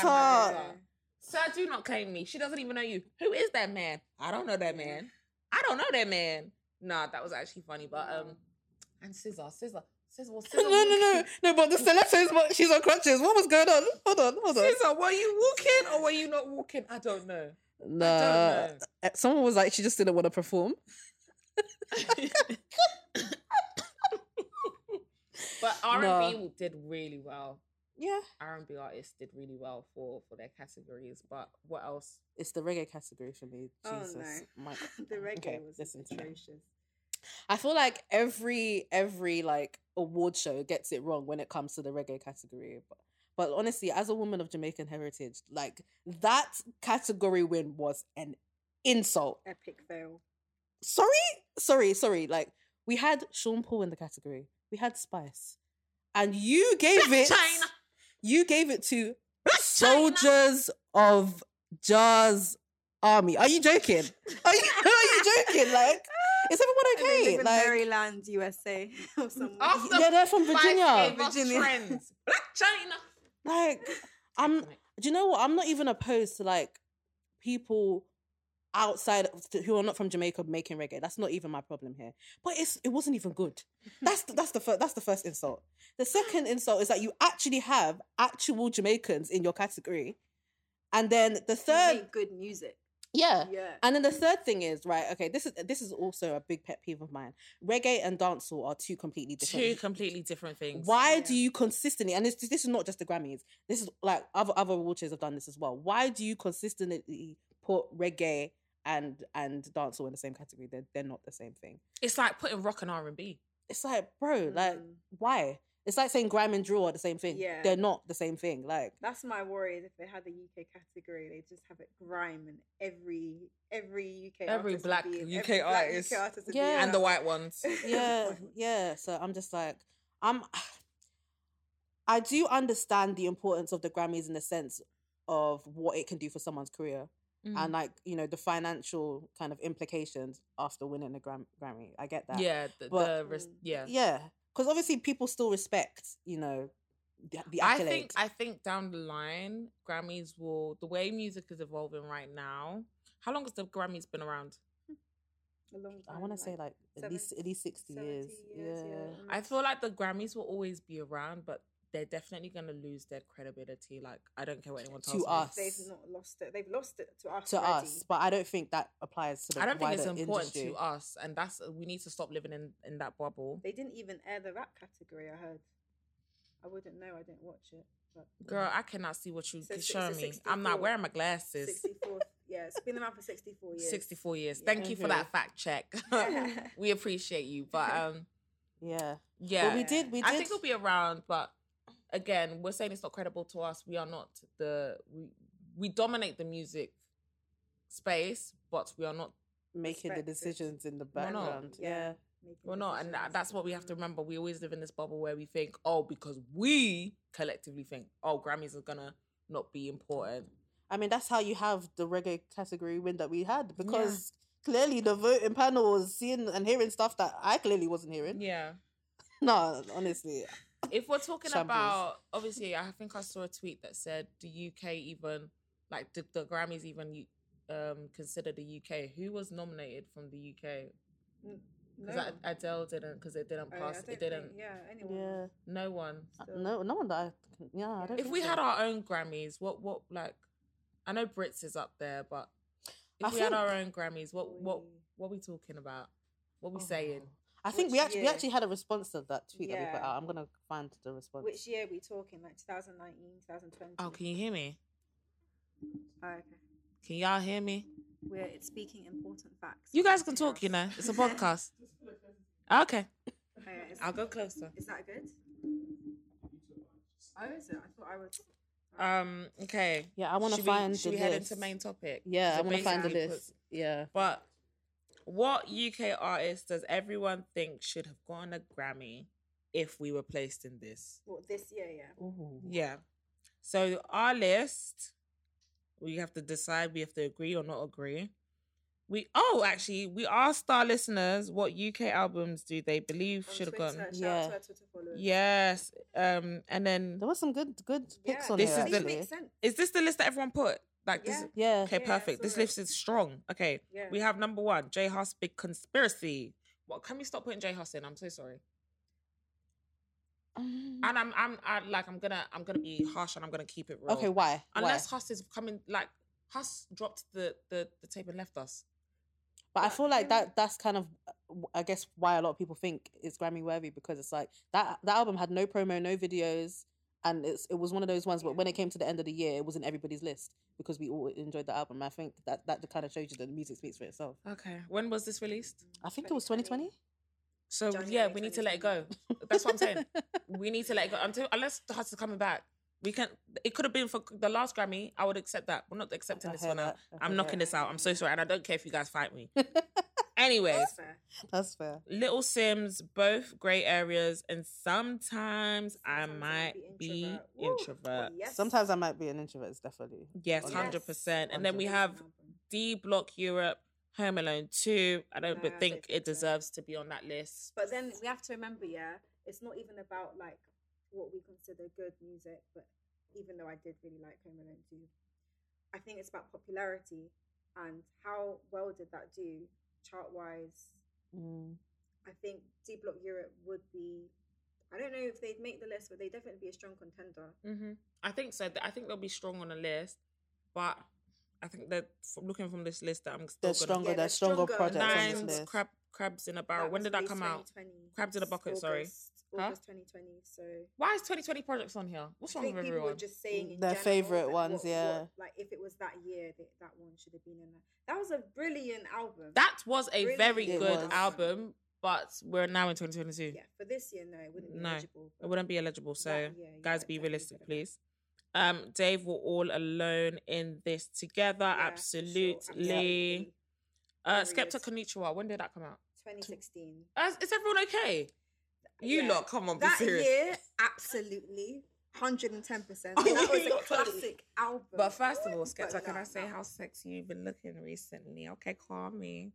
S1: daughter."
S2: her." Sir, do not claim me. She doesn't even know you. Who is that man? I don't know that
S1: Mm.
S3: Yeah.
S2: man. I don't know that man. Nah, that was actually funny. But um, and Scissor, Scissor, Scissor, well, Scissor.
S1: *laughs* no, no, no, no. But the stiletto is what she's on crutches. What was going on? Hold on, hold on.
S2: Scissor, were you walking or were you not walking? I don't know.
S1: Nah, *laughs* uh, someone was like, she just didn't want to perform.
S2: don't know. but R and B did really well.
S1: Yeah,
S2: R and B artists did really well for for their categories. But what else?
S1: it's the reggae category for me.
S3: Oh,
S1: Jesus,
S3: no.
S1: my-
S3: *laughs* the reggae
S1: okay,
S3: was
S1: listen to me.
S3: atrocious
S1: I feel like every every like award show gets it wrong when it comes to the reggae category. But, but honestly, as a woman of Jamaican heritage, like that category win was an insult.
S3: epic fail
S1: sorry, sorry, sorry. Like we had Sean Paul in the category. We had Spice, and you
S3: *laughs*
S1: gave it.
S2: China.
S1: You gave it to
S2: China.
S1: Soldiers of Jars Army. Are you joking? Are you, *laughs* are you joking? Like, is
S3: And they
S1: everyone
S3: live
S1: okay?
S3: in
S1: Like, Mm,
S3: Maryland, USA, *laughs* or somewhere.
S2: After
S1: *laughs*
S3: *laughs*
S1: yeah,
S2: *laughs*
S1: they're from
S2: Spice
S1: Virginia.
S2: gave us
S3: Virginia.
S2: trends. Black China.
S1: Like, I'm. Do you know what? I'm not even opposed to like people outside of- who are not from Jamaica making reggae. That's not even my problem here. But it's it wasn't even good. That's the, that's the first that's the first insult. The second insult is that you actually have actual Jamaicans in your category, and then the
S3: You
S1: third,
S3: make good music.
S1: yeah.
S3: Yeah.
S1: And then the third thing is right. Okay, this is this is also a big pet peeve of mine. Reggae and dancehall are two completely different
S2: Two completely different things.
S1: why
S3: Yeah.
S1: do you consistently and this this is not just the Grammys. This is like other other award shows have done this as well. Why do you consistently put reggae and and dancehall in the same category? They're they're not the same thing.
S2: It's like putting rock and R and B.
S1: It's like, bro, like
S3: Mm.
S1: why? It's like saying grime and drill are the same thing.
S3: Yeah.
S1: They're not the same thing. Like
S3: that's my worry. Is if they had the UK category, they just have it grime and every every UK
S2: Every
S3: artist would
S2: black
S3: be in-
S2: UK
S3: every black
S2: artist.
S3: UK artist would be
S1: Yeah.
S3: in
S2: And the
S3: that.
S2: white ones.
S3: *laughs*
S2: *laughs*
S1: yeah, yeah. So I'm just like, I'm. *sighs* I do understand the importance of the Grammys in the sense of what it can do for someone's career,
S2: Mm.
S1: and like you know the financial kind of implications after winning a Gram- Grammy. I get that.
S2: yeah, the,
S1: but-
S2: the res-
S3: Mm.
S2: yeah.
S1: yeah, because obviously people still respect you know the, the
S2: I
S1: accolades.
S2: think I think down the line, Grammys will the way music is evolving right now. How long has the Grammys been around?
S3: A long
S1: I
S3: time,
S1: want to say like at
S3: seven-
S1: least at least sixty
S3: 70
S1: years. yeah.
S3: mm.
S2: I feel like the Grammys will always be around, but they're definitely gonna lose their credibility. Like I don't care what anyone
S1: To
S2: tells me.
S1: us.
S3: they've not lost it. They've lost it to us.
S1: To
S3: already.
S1: us, but I don't think that applies to the
S2: I don't think
S1: wider
S2: it's important
S1: industry.
S2: to us, and that's uh, we need to stop living in in that bubble.
S3: They didn't even air the rap category. I heard. I wouldn't know. I didn't watch it. But
S2: Girl, I cannot see what you
S3: So
S2: can
S3: si-
S2: show
S3: so
S2: me. I'm not
S3: 64.
S2: wearing my glasses.
S3: sixty-four. yeah, it's been around for sixty-four years.
S2: 64 years.
S3: Yeah.
S2: Thank you for that
S1: Mhm.
S2: fact check. *laughs*
S1: *laughs*
S2: we appreciate you, but um,
S1: Yeah,
S2: yeah,
S1: but we
S3: Yeah.
S1: did. We did.
S2: I think it'll be around, but again, we're saying it's not credible to us. We are not the we we dominate the music space, but we are not
S1: making the
S3: respected.
S1: decisions in the
S2: We're not.
S1: background.
S3: Yeah.
S1: Yeah.
S3: Making
S2: we're not, and that,
S3: decisions.
S2: that's what we have to
S3: Mm.
S2: remember. We always live in this bubble where we think, oh, because we collectively think, oh, Grammys are gonna not be important.
S1: I mean, that's how you have the reggae category win that we had because clearly the voting panel was seeing and hearing stuff that I clearly wasn't hearing. *laughs*
S2: Yeah.
S1: No, honestly,
S2: if we're talking
S1: Shambles.
S2: about obviously i think i saw a tweet that said the uk even like did the grammys even u- um consider the uk who was nominated from the uk
S3: No.
S2: because adele didn't because it didn't
S1: Oh,
S3: I- I
S2: pass
S3: don't
S2: it
S3: think-
S2: didn't
S3: Yeah, anyone.
S1: yeah,
S2: no one
S1: Uh,
S3: So-
S1: no, no one that. I, can- yeah, I
S3: Yeah.
S1: don't.
S2: if
S1: think
S2: we
S1: so.
S2: had our own grammys what what like i know brits is up there but if
S1: I
S2: we had our
S1: think-
S2: own grammys what what
S3: We-
S2: what we talking about what we
S1: Oh.
S2: saying
S1: I think we
S3: Which
S1: actually we
S3: year?
S1: actually had a response to that tweet that we put
S3: Yeah.
S1: out. I'm gonna find the response.
S3: Which year we talking? Like 2019, 2020?
S2: oh can you hear me
S3: Oh, okay.
S2: can y'all hear me
S3: We're it's speaking important facts.
S2: you guys can talk you know
S1: *laughs*
S3: *laughs*
S2: it's a podcast okay
S3: Okay, is,
S2: i'll go closer
S3: Oh, is that good? Oh, is it? I thought I was.
S2: Um. Okay.
S1: yeah, I want to
S2: Should we-
S1: find
S2: Should
S1: the
S2: we
S1: list.
S2: head into main topic?
S1: yeah,
S2: So
S1: I want to find the
S2: basically put-
S1: list. Yeah,
S2: But what UK artist does everyone think should have gotten a Grammy if we were placed in this?
S3: Well, this year, yeah.
S1: Ooh.
S2: Yeah. So our list, we have to decide. We have to agree or not agree. We oh, actually, we asked our listeners what UK albums do they believe
S3: On
S2: should have
S3: Twitter,
S2: gotten.
S3: Shout
S1: Yeah.
S3: out to our Twitter followers.
S2: Yes. Um. And then
S1: there was some good good picks
S3: Yeah,
S1: on
S2: This
S1: there.
S2: is the-
S3: These
S1: actually.
S3: make sense.
S2: is this the list that everyone put? Like this.
S3: Yeah.
S1: yeah,
S2: Okay,
S3: Yeah, yeah, I
S2: perfect.
S3: saw
S2: This
S3: it.
S2: list is strong. Okay,
S3: Yeah.
S2: we have number one, J Huss, Big Conspiracy. What can we stop putting J Huss in? I'm so sorry.
S1: Mm-hmm. Mm.
S2: And I'm, I'm, I, like, I'm gonna, I'm gonna be harsh, and I'm gonna keep it real.
S1: okay, why?
S2: unless
S1: why?
S2: Huss is coming, like Huss dropped the the the tape and left us.
S1: But I
S2: but
S1: feel like
S2: then-
S1: that that's kind of uh, w- I guess why a lot of people think it's Grammy worthy because it's like that that album had no promo, no videos, and it's it was one of those ones. But when it came to the end of the year, it was in everybody's list because we all enjoyed the album. I think that that kind of shows you that the music speaks for itself.
S2: Okay, when was this released?
S1: I think it was 2020.
S2: So
S3: January
S2: yeah, we need to let it go.
S3: 2020.
S2: That's what I'm
S1: *laughs*
S2: saying. we need to let it go until unless Huss is coming back. We can. It could have been for the last Grammy. I would accept that. We're not accepting
S1: I
S2: this
S1: hear
S2: one out.
S1: that, I
S2: I'm
S1: hear
S2: knocking
S1: that.
S2: this out. I'm so sorry, and I don't care if you guys fight
S1: *laughs*
S2: me. Anyways,
S3: That's fair.
S1: That's fair.
S2: Little Sims, both grey areas, and sometimes, I
S3: Sometimes I
S2: might be
S3: Woo. Oh,
S2: introvert.
S3: yes. Oh,
S1: Sometimes I might be an introvert. It's definitely
S2: Yes,
S1: Yes.
S2: hundred percent. And then we
S1: Yes.
S2: have D Block Europe, Home Alone Two. I don't
S3: Nah,
S2: but
S3: I
S2: think
S3: don't
S2: it
S3: think so.
S2: deserves to be on that list.
S3: But then we have to remember, yeah, it's not even about like what we consider good music, but even though I did really like Home Alone 2, I think it's about popularity and how well did that do chart wise.
S1: Mm.
S3: I think D Block Europe would be, I don't know if they'd make the list, but they'd definitely be a strong contender.
S2: hmm I think so. I think they'll be strong on the list, but I think that from looking from this list, that I'm still
S1: they're
S2: gonna
S1: stronger.
S3: Yeah,
S1: they're
S3: they're
S1: stronger
S3: stronger.
S1: projects on this
S2: Nines,
S1: list.
S2: crab, crabs in a barrel. when
S3: was
S2: did that
S3: released
S2: come out?
S3: 2020,
S2: Crabs in a Bucket, sorry.
S3: August,
S2: Huh?
S3: August 2020. So
S2: Why is 2020 projects on here? What's
S3: I
S2: wrong
S3: think
S2: with
S3: people
S2: everyone?
S3: were just saying in
S1: Their
S3: general,
S1: favourite
S3: like,
S1: ones,
S3: what- what-
S1: yeah.
S3: like if it was that year, that, that one should have been in there. That was a brilliant album.
S2: That was a
S3: Really
S2: very
S1: It
S2: good
S1: was.
S2: album, but we're now in 2022.
S3: yeah, for this year, no, it wouldn't be
S2: No,
S3: eligible.
S2: It
S3: but
S2: wouldn't be eligible.
S3: that
S2: So,
S3: year, yeah,
S2: guys,
S3: it
S2: be
S3: definitely
S2: realistic,
S3: wouldn't.
S2: please. Um, Dave, we're all alone in this together.
S3: Yeah, for sure,
S2: absolutely.
S3: absolutely.
S2: Uh,
S3: There he
S2: Skepta
S3: is.
S2: Konnichiwa, when did that come out?
S3: 2016.
S2: Uh, is everyone okay? You
S3: Yeah.
S2: lot, come on, be
S3: That
S2: serious.
S3: year, absolutely. hundred and ten percent.
S2: *laughs* Oh,
S3: That was
S2: you're
S3: a
S2: not funny.
S3: classic album.
S2: But first of all,
S3: But
S2: Skepta, can
S3: no,
S2: I say
S3: no.
S2: how sexy you've been looking recently? Okay, call me.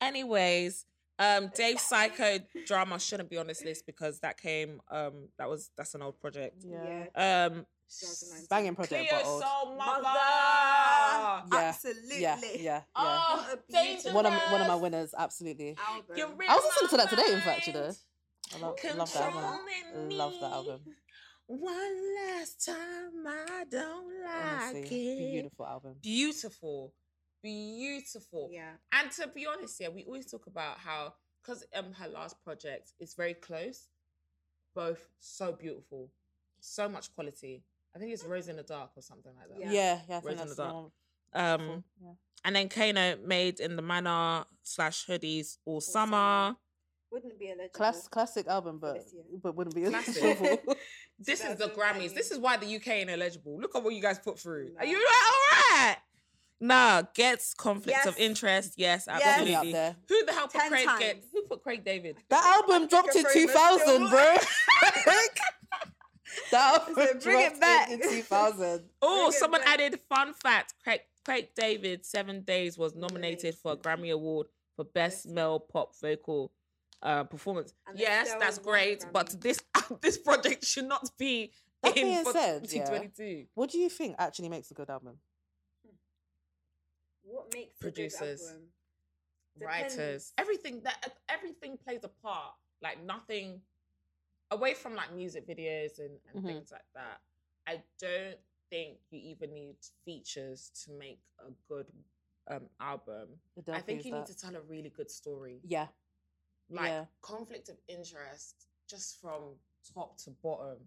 S2: Anyways, um, Dave's psycho
S3: *laughs*
S2: drama shouldn't be on this list because that came um that was that's an old project.
S1: Yeah.
S3: yeah,
S2: Um
S3: 2019.
S1: Banging project,
S2: Cleo
S1: but old.
S2: Soul Mother.
S3: Mother.
S1: Yeah,
S3: absolutely.
S1: Yeah, yeah, yeah.
S2: Oh,
S3: What a
S2: dangerous.
S3: beautiful
S1: one of one of my winners, absolutely.
S3: Album.
S2: You're rid
S1: I was
S2: of
S1: listening to
S2: my
S1: that today, in fact, you know.
S2: mind.
S1: I love, love that album.
S2: Controlling
S1: Love that
S2: me.
S1: album.
S2: One last time, I don't
S3: Ah,
S2: like
S1: Honestly,
S2: it.
S1: beautiful album.
S2: beautiful, beautiful.
S3: Yeah,
S2: And to be honest, yeah, we always talk about how because um her last project is very close, both so beautiful, so much quality. I think it's Rose in the Dark or something like that.
S1: Yeah,
S3: Yeah.
S1: yeah, I
S2: Rose
S1: think
S2: in the
S1: that's the
S2: Dark.
S1: one.
S2: Um,
S1: Yeah.
S2: and then Kano made in the manor slash hoodies all, summer.
S3: summer. wouldn't be eligible.
S1: Class, classic album, but
S3: this year.
S1: but wouldn't be
S2: Classic. *laughs*
S1: awful.
S2: This is the Grammys.
S3: 2019.
S2: This is why the UK ain't eligible. Look at what you guys put through. Are
S3: No.
S2: you all right? Nah, gets conflicts of
S3: Yes.
S2: interest. Yes,
S1: Definitely up
S2: absolutely.
S1: there.
S2: Who the hell put
S3: Ten
S2: Craig? Get,
S3: times.
S2: who put Craig David?
S1: That album dropped in
S3: Freeman
S1: 2000,
S2: *laughs*
S3: still-
S1: bro. *laughs* that album
S3: Listen, bring it
S1: dropped in-
S3: back.
S1: in
S2: *laughs*
S1: 2000.
S2: Oh,
S3: Bring it
S2: someone
S3: back.
S2: added fun fact. Craig, Craig David, Seven Days was nominated for a Grammy Award for Best Male Pop Vocal uh, Performance.
S3: And they
S2: yes,
S3: still
S2: that's
S3: won
S2: great,
S3: Grammy.
S2: but this *laughs* this project should not be
S1: That
S2: in
S1: being
S2: for
S1: said, yeah.
S2: 2022.
S1: What do you think actually makes a good album?
S3: What makes
S2: Producers.
S3: producers?
S2: Writers,
S3: Depends.
S2: everything that e, everything plays a part. Like nothing away from like music videos and, and
S1: Mhm.
S2: things like that. I don't think you even need features to make a good um, album.
S1: Adelphi
S2: I think
S1: is
S2: you
S1: that.
S2: need to tell a really good story.
S1: Yeah,
S2: Like
S1: yeah.
S2: conflict of interest, just from top to bottom.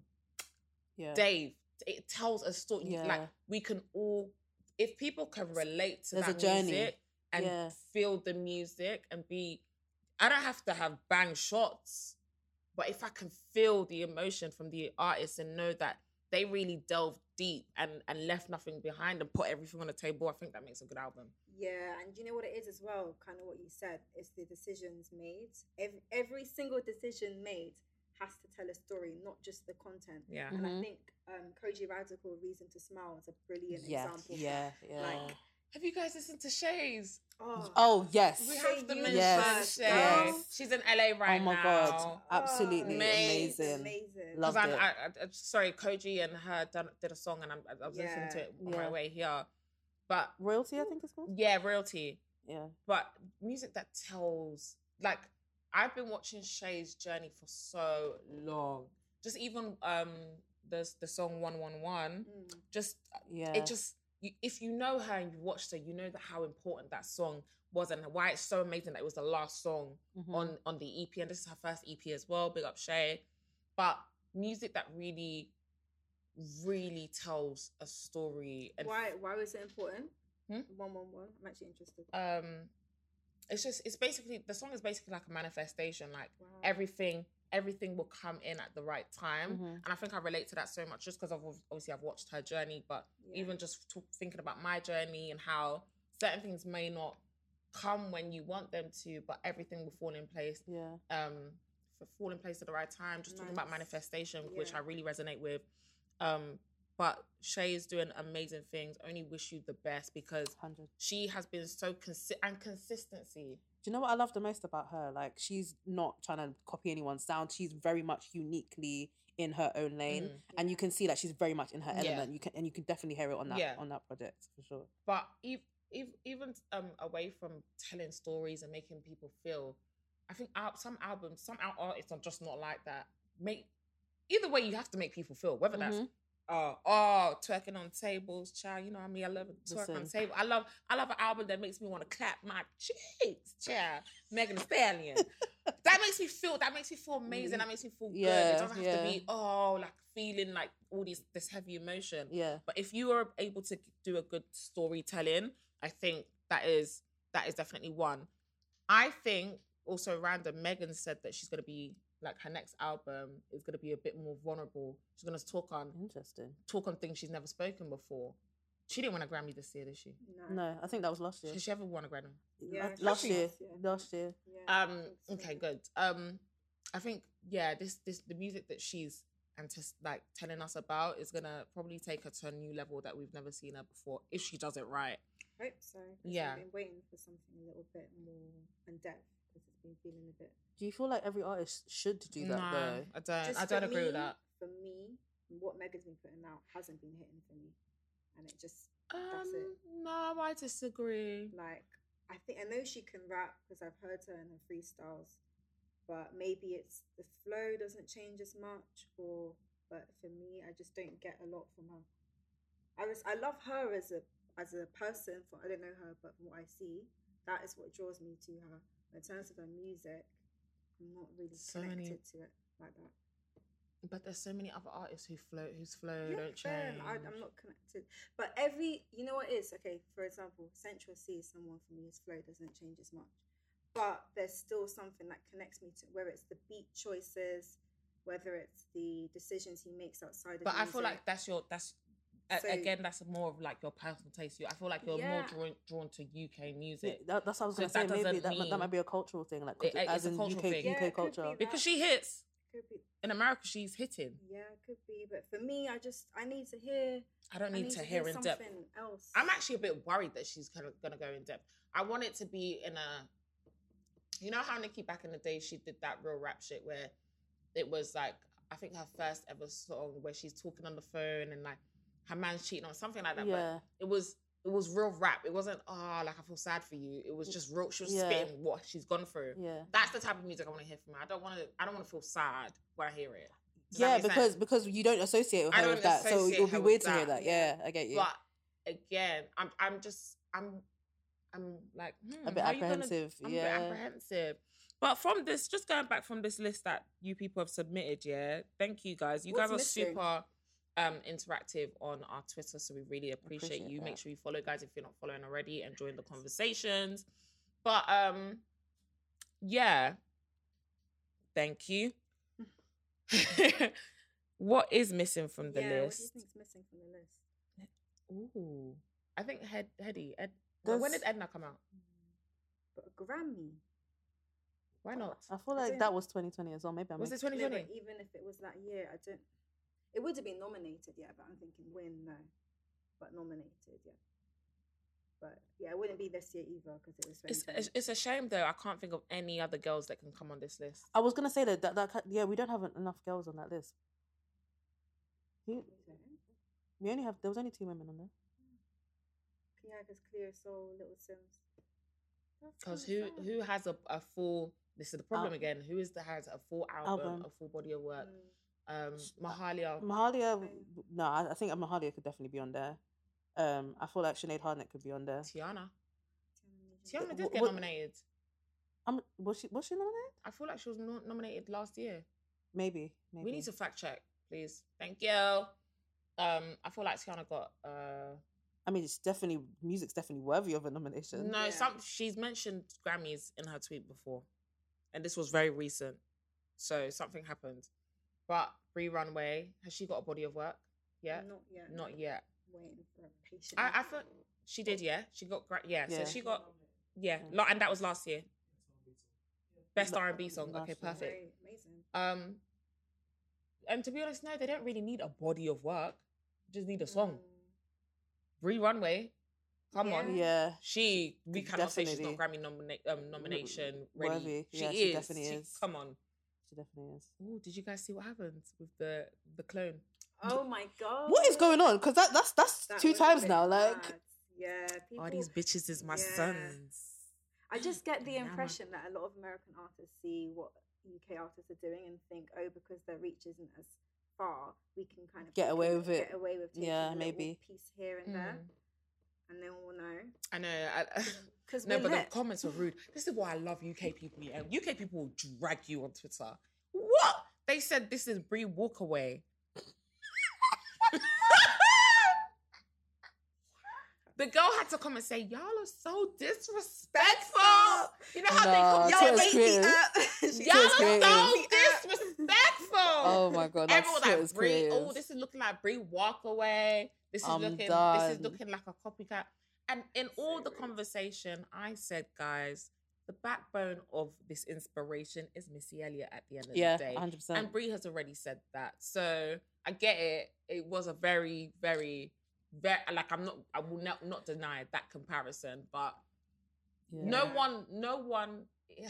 S1: yeah.
S2: Dave, it tells a story. You- Like
S1: Yeah.
S2: we can all, if people can relate to
S1: There's a
S2: that
S1: journey.
S2: music and
S1: Yeah.
S2: feel the music and be, I don't have to have bang shots, but if I can feel the emotion from the artist and know that they really delved deep and and left nothing behind and put everything on the table, I think that makes a good album.
S3: Yeah, and you know what it is as well, kind of what you said, it's the decisions made. Every, every single decision made has to tell a story, not just the content.
S2: Yeah.
S1: Mm.
S3: And
S1: Mhm.
S3: I think um, Koji Radical Reason to Smile is a brilliant
S1: yeah,
S3: example. of
S1: yeah,
S3: that.
S1: yeah.
S3: Like,
S2: Have you guys listened to Shays?
S3: oh,
S1: oh yes,
S2: We
S3: Say
S2: have to
S3: you
S2: mention
S1: Yes,
S2: Shay.
S1: yes. Oh
S2: She's in LA right now.
S1: my God. absolutely
S2: Oh, amazing.
S3: amazing.
S1: Love-
S2: Because I'm,
S1: it.
S2: I, I, I'm sorry, Koji and her done, did a song, and I'm, I was listening to
S3: Yeah.
S2: it on my
S1: Yeah.
S2: way here. But
S1: royalty. I think it's called.
S2: yeah, royalty.
S1: Yeah,
S2: But music that tells, like, I've been watching Shay's journey for so long. Just even um the the song One One One.
S3: Mm.
S2: Just
S1: yeah.
S2: it just you, if you know her and you watched her, you know that how important that song was and why it's so amazing that it was the last song
S1: Mhm.
S3: Mm-hmm.
S2: on on the EP, and this is her first EP as well. Big up Shay, but music that really, really tells a story, and
S3: Why, why was it important?
S2: Hmm?
S3: 111. I'm actually interested.
S2: um, it's just it's basically the song is basically like a manifestation. Like
S3: Wow.
S2: everything, everything will come in at the right time,
S3: Mm-hmm.
S1: Mhm.
S2: and I think I relate to that so much just because I've ob- obviously I've watched her journey, but
S3: Yeah.
S2: even just talk, thinking about my journey and how certain things may not come when you want them to, but everything will fall in place
S1: yeah.
S2: um f- fall in place at the right time. Just talking about
S3: Nice.
S2: manifestation, which
S3: Yeah.
S2: I really resonate with. Um, but Shay is doing amazing things. Only wish you the best because
S1: Hundred.
S2: she has been so consistent and consistency.
S1: Do you know what I love the most about her? Like she's not trying to copy anyone's sound. She's very much uniquely in her own lane,
S2: Mm.
S1: and you can see that she's very much in her
S2: Yeah.
S1: element. You can and you can definitely hear it on that
S2: Yeah.
S1: on that project for sure.
S2: But if, if, even um, away from telling stories and making people feel, I think al- some albums, some out artists are just not like that. Make either way, you have to make people feel. Whether that's
S1: Mhm.
S2: oh, oh, twerking on tables, child. You know what I mean? I love a twerk on
S1: Listen.
S2: table. I love I love an album that makes me want to clap my cheeks, child. Megan Thee Stallion. that makes me feel. That makes me feel amazing. That makes me feel good.
S1: Mm-hmm. Yeah,
S2: It doesn't have to
S1: yeah.
S2: be oh, like feeling like all these this heavy emotion.
S1: Yeah.
S2: But if you are able to do a good storytelling, I think that is that is definitely one. I think also random. Megan said that she's gonna be like her next album is gonna be a bit more vulnerable. She's gonna talk on
S1: Interesting.
S2: talk on things she's never spoken before. She didn't win a Grammy this year, did she?
S3: No.
S1: No, I think that was last year.
S2: Has she ever won a Grammy?
S3: Yeah,
S1: La- last
S3: she-
S1: year.
S3: yeah.
S1: Last year.
S3: Yeah, I
S2: Um,
S3: think so.
S2: okay, good. Um, I think yeah, this this the music that she's and just like telling us about is gonna probably take her to a new level that we've never seen her before if she does it right.
S3: Hope so. 'cause
S2: Yeah.
S3: I've been waiting for something a little bit more in depth because it's been feeling a bit.
S1: Do you feel like every artist should do that
S2: Nah,
S1: though?
S2: I don't.
S3: Just
S2: I don't
S3: for
S2: agree with
S3: me-
S2: that.
S3: For me, what Megan's been putting out hasn't been hitting for me, and it just
S2: Um,
S3: That's it.
S2: no, I disagree.
S3: like I think I know she can rap because I've heard her in her freestyles, but maybe it's the flow doesn't change as much, or but for me, I just don't get a lot from her. I was I love her as a as a person. For I don't know her, but from what I see, that is what draws me to her. But in terms of her music, I'm not really
S2: So
S3: connected
S2: many-
S3: to it like that.
S2: But there's so many other artists who float, whose flow
S3: Yeah,
S2: don't
S3: fair
S2: change.
S3: enough. I, I'm not connected. But every, you know what it is? Okay, for example, Central C is someone for me, his flow doesn't change as much. But there's still something that connects me to whether it's the beat choices, whether it's the decisions he makes outside of
S2: But I feel
S3: music.
S2: like that's your that's a-
S3: So-
S2: again that's more of like your personal taste. You, I feel like you're more
S3: Yeah.
S2: drawn drawn to UK
S1: Yeah,
S2: music
S1: that, that's what I was
S2: So
S1: gonna say.
S2: that doesn't
S1: Maybe that, might- that
S2: mean-
S1: might be a cultural thing, like
S2: It- it's
S1: as
S2: a
S1: in
S2: cultural
S1: UK
S2: thing.
S3: Yeah,
S1: UK
S3: it could be
S1: culture.
S3: that.
S2: because she hits
S3: Could be,
S2: in America. She's hitting.
S3: yeah, could be. But for me, I just, I need to hear.
S2: I don't
S3: I
S2: need, to, hear, in depth.
S3: something else.
S2: I'm actually a bit worried that she's kind of gonna go in depth. I want it to be in a, you know how Nikki back in the day she did that real rap shit where it was like I think her first ever song where she's talking on the phone and like her man's cheating or something like that. But
S1: yeah,
S2: it was it was real rap. It wasn't ah like I feel sad for you. It was just real. She was
S1: Mm, Yeah.
S2: spitting what she's gone through.
S1: yeah,
S2: That's the type of music I want to hear from her. I don't want to. I don't want to feel sad when I hear it. Does that
S1: yeah.
S2: make sense?
S1: Because because you don't associate with
S2: I
S1: her
S2: don't
S1: with that, so
S2: associate
S1: it'll be
S2: her with
S1: weird to hear
S2: that.
S1: that. Yeah, I get you.
S2: But again, I'm I'm just I'm I'm like hmm,
S1: a bit
S2: how you gonna-
S1: apprehensive.
S2: I'm a bit
S1: yeah,
S2: apprehensive. But from this, just going back from this list that you people have submitted, yeah. Thank you guys. You
S3: What's
S2: guys are
S3: missing?
S2: super um interactive on our Twitter, so we really appreciate,
S1: Appreciate
S2: you. Make
S1: that.
S2: sure you follow guys if you're not following already and join the conversations. But um yeah. Thank
S1: *laughs*
S2: you. *laughs* what is missing from the
S3: yeah,
S2: list?
S3: What do you think's missing from the list?
S2: Ooh, I think Head Heady. Ed, well, when
S1: Does-
S2: did Edna come out?
S3: Hmm. But a Grammy.
S2: Why not?
S1: I feel
S3: I
S1: like
S3: don't-
S1: Oh, that was 2020 as well. Maybe I'm.
S2: Was it
S1: making-
S3: No, but
S2: 2020?
S3: even if it was that year, I don't. It would have been nominated, yeah, but I'm thinking win, no. But nominated, yeah. But yeah, it wouldn't be this year either because it was.
S2: It's,
S3: 2020.
S2: it's it's a shame though. I can't think of any other girls that can come on this list.
S1: I was gonna say that, that that ca- yeah, we don't have en- enough girls on that list. We,
S3: Okay.
S1: we only have there was only two women on there.
S3: Yeah, because Cleo Soul, Little Sims. That's
S2: Because who
S3: kinda sad.
S2: who has a, a full this is the problem
S1: Album.
S2: again. Who is that has a full album,
S1: Album.
S2: a full body of work?
S3: Mm.
S2: Um,
S1: Sh- uh,
S2: Mahalia.
S1: Mahalia,
S3: Okay.
S1: no, I, I think Mahalia could definitely be on there. Um, I feel like Sinead Harnett could be on there.
S2: Tiana.
S3: Tiana
S2: Tiana
S3: Nugent.
S2: did get
S1: what-
S2: nominated.
S1: Um, was she was she nominated?
S2: I feel like she was no- nominated last year.
S1: Maybe, maybe.
S2: We need to fact check, please. Thank you. Um, I feel like Tiana got uh
S1: I mean, it's definitely music's definitely worthy of a nomination.
S2: No,
S3: Yeah.
S2: some she's mentioned Grammys in her tweet before, and this was very recent. So something happened. But Bree Runway has she got a body of work? Yeah,
S3: Not yet.
S2: not yet.
S3: Waiting for a patient.
S2: I, I thought she did. Yeah, she got. Gra- yeah,
S1: Yeah.
S2: so she got. Yeah, lo- and that was last year. Best R and B song. Okay,
S1: Last year.
S2: perfect.
S3: amazing.
S2: Um, and to be honest, no, they don't really need a body of work. They just need a song. Bree Runway, come on.
S3: Yeah.
S1: Yeah,
S2: She, we cannot say she's not
S1: Definitely.
S2: Grammy nomina- um, nomination ready.
S1: worthy.
S2: She
S1: Yeah,
S2: is.
S1: she definitely
S2: She-
S1: is.
S2: Come on.
S1: she definitely is.
S2: Oh, did you guys see what happened with the the clone?
S3: Oh my god.
S1: What is going on? Because that that's that's
S3: That
S1: two
S3: was a
S1: times
S3: bit
S1: now. Like,
S3: mad. Yeah, people.
S2: All "Oh, these bitches is my
S3: yeah.
S2: sons.
S3: I just get the
S2: Yeah, man.
S3: impression that a lot of American artists see what UK artists are doing and think, oh, because their reach isn't as far, we can kind of
S1: Get
S3: take a
S1: away
S3: little-
S1: with it.
S3: Get away with taking
S1: Yeah,
S3: a little
S1: maybe.
S3: piece here and there,
S2: Mm.
S3: and then we'll know.
S2: I know. I, *laughs*
S1: *laughs*
S3: Because
S2: no,
S3: we're
S2: but the
S3: lit.
S2: comments were rude. This is why I love UK people. Yeah, UK people will drag you on Twitter. What they said? This is Brie Walkaway. *laughs* The girl had to come and say, "Y'all are so disrespectful." You know how
S1: Nah,
S2: they
S1: Y'all
S2: call
S1: Twitter's
S2: y'all
S1: crazy. creative.
S3: uh,
S1: *laughs*
S3: *laughs* She's
S2: Y'all are
S1: Twitter's
S2: so
S1: creative.
S2: disrespectful.
S1: oh my god, that's
S2: Everyone
S1: what
S2: like
S1: is
S2: Brie. Oh,
S1: creative.
S2: this is looking like Brie Walkaway. This is
S1: I'm
S2: looking. This
S1: done.
S2: is looking like a copycat. And in all the
S3: Sorry.
S2: conversation, I said, guys, the backbone of this inspiration is Missy Elliott at the end of
S1: yeah,
S2: the day.
S1: hundred percent.
S2: And Brie has already said that. So I get it. It was a very, very, very like I'm not I will not not deny that comparison, but no
S3: Yeah.
S2: one, no one eh,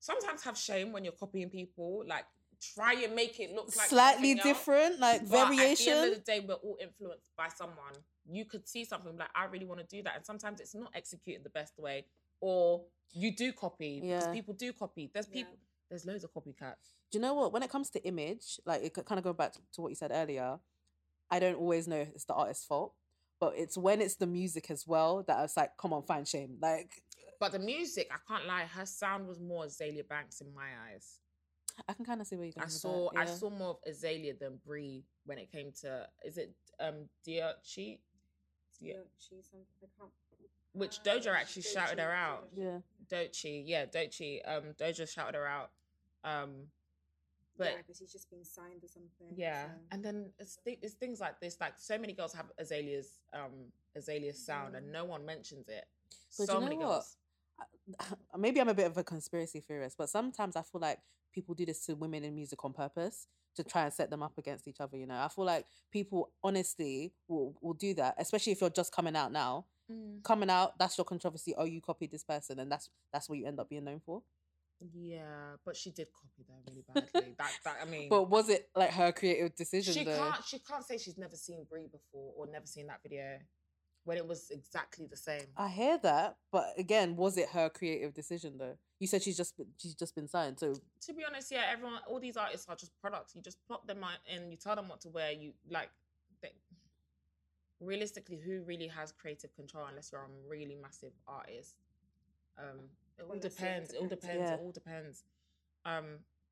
S2: sometimes have shame when you're copying people. Like try and make it look like
S1: Slightly
S2: something else.
S1: different,
S2: But
S1: like
S2: At the end
S1: variation.
S2: of the day, we're all influenced by someone. You could see something like, I really want to do that. And sometimes it's not executed the best way, or you do copy
S1: Yeah.
S2: because people do copy. There's
S3: Yeah.
S2: people, there's loads of copycats.
S1: Do you know what? When it comes to image, like it kind of go back to what you said earlier. I don't always know if it's the artist's fault, but it's when it's the music as well that I was like, come on, find shame. Like
S2: But the music, I can't lie, her sound was more Azalea Banks in my eyes.
S1: I can kind of see where you're going.
S2: I saw, I saw more of Azalea than Brie when it came to, is it um Diachi? Yeah.
S3: She's some- I can't.
S2: Which
S3: Ah,
S2: Doja actually shouted her
S3: Doja,
S2: out.
S3: Doja.
S1: Yeah,
S2: Dochi, yeah, Dochi. Um, Doja shouted her out. Um, but
S3: yeah, because he's just been signed or something.
S2: Yeah,
S3: so-
S2: and then it's, th- it's things like this. Like so many girls have Azalea's um Azalea's sound, and
S3: Mm.
S2: no one mentions it.
S1: But do
S2: so
S1: you
S2: many
S1: know what?
S2: girls.
S1: *laughs* uh, maybe I'm a bit of a conspiracy theorist, but sometimes I feel like people do this to women in music on purpose to try and set them up against each other. You know, I feel like people honestly will will do that, especially if you're just coming out now. Coming out, that's your controversy. Oh, you copied this person, and that's that's what you end up being known for.
S2: Yeah, but she did copy them really badly. that, that I mean,
S1: But was it like her creative decision?
S2: she
S1: though?
S2: can't she can't say she's never seen Brie before or never seen that video when it was exactly the same.
S1: I hear that, but again, was it her creative decision though? You said she's just been, she's just been signed, so
S2: to be honest, yeah, everyone, all these artists are just products. You just plop them out and you tell them what to wear. You like, they, realistically, who really has creative control unless you're a really massive artist? Um, it all
S3: Well, that's it, it
S2: depends. It all
S3: depends.
S2: depends. It
S1: Yeah.
S2: all depends. Um,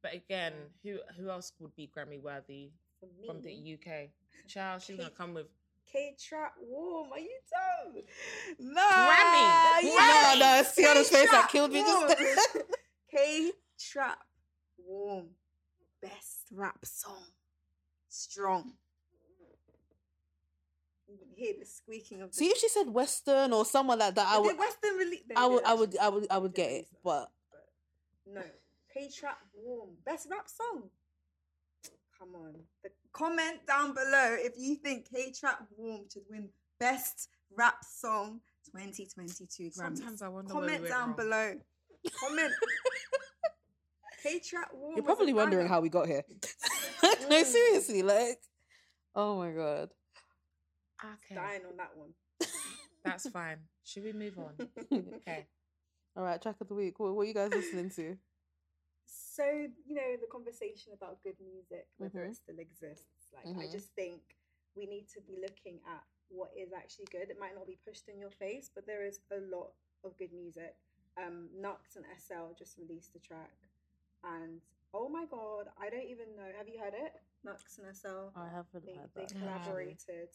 S2: but again, who who else would be Grammy worthy
S3: For me,
S2: from the UK? Child, she's gonna
S3: Kate-
S2: come with
S3: K Trap Warm. Are you dumb? No.
S2: Grammy,
S1: Yeah,
S2: Grammy,
S1: no, no, see on his face that killed me. Just *laughs*
S3: K Trap Warm. Best rap song. Strong. You can hear the squeaking of the.
S1: see if she said Western or someone like that, I
S3: But
S1: would,
S3: did Western release.
S1: I would, I would, I would, I would get it. But
S3: no. K Trap Warm. Best rap song. Come on. The comment down below if you think K Trap Warm should win Best Rap Song 2022 Grammys.
S2: Sometimes I wonder where we
S3: comment
S2: went
S3: down
S2: wrong.
S3: below.
S2: *laughs*
S3: Comment. K Trap Warm.
S1: you're probably wondering how we got here. *laughs* no,
S3: *laughs* Mm.
S1: seriously, like, oh my god,
S2: Okay,
S3: Dying on that one.
S2: that's fine. Should we move
S3: *laughs*
S2: on?
S1: *laughs*
S2: Okay.
S1: all right, track of the week. What, what are you guys listening
S2: *laughs*
S1: to?
S3: so you know the conversation about good music whether
S1: Mhm.
S3: it still exists like i
S1: Mhm.
S3: just think we need to be looking at what is actually good it might not be pushed in your face but there is a lot of good music um nux and sl just released a track and oh my god i don't even know have you heard it nux and sl
S1: I haven't
S3: they,
S1: heard
S3: they
S1: that.
S2: No.
S3: collaborated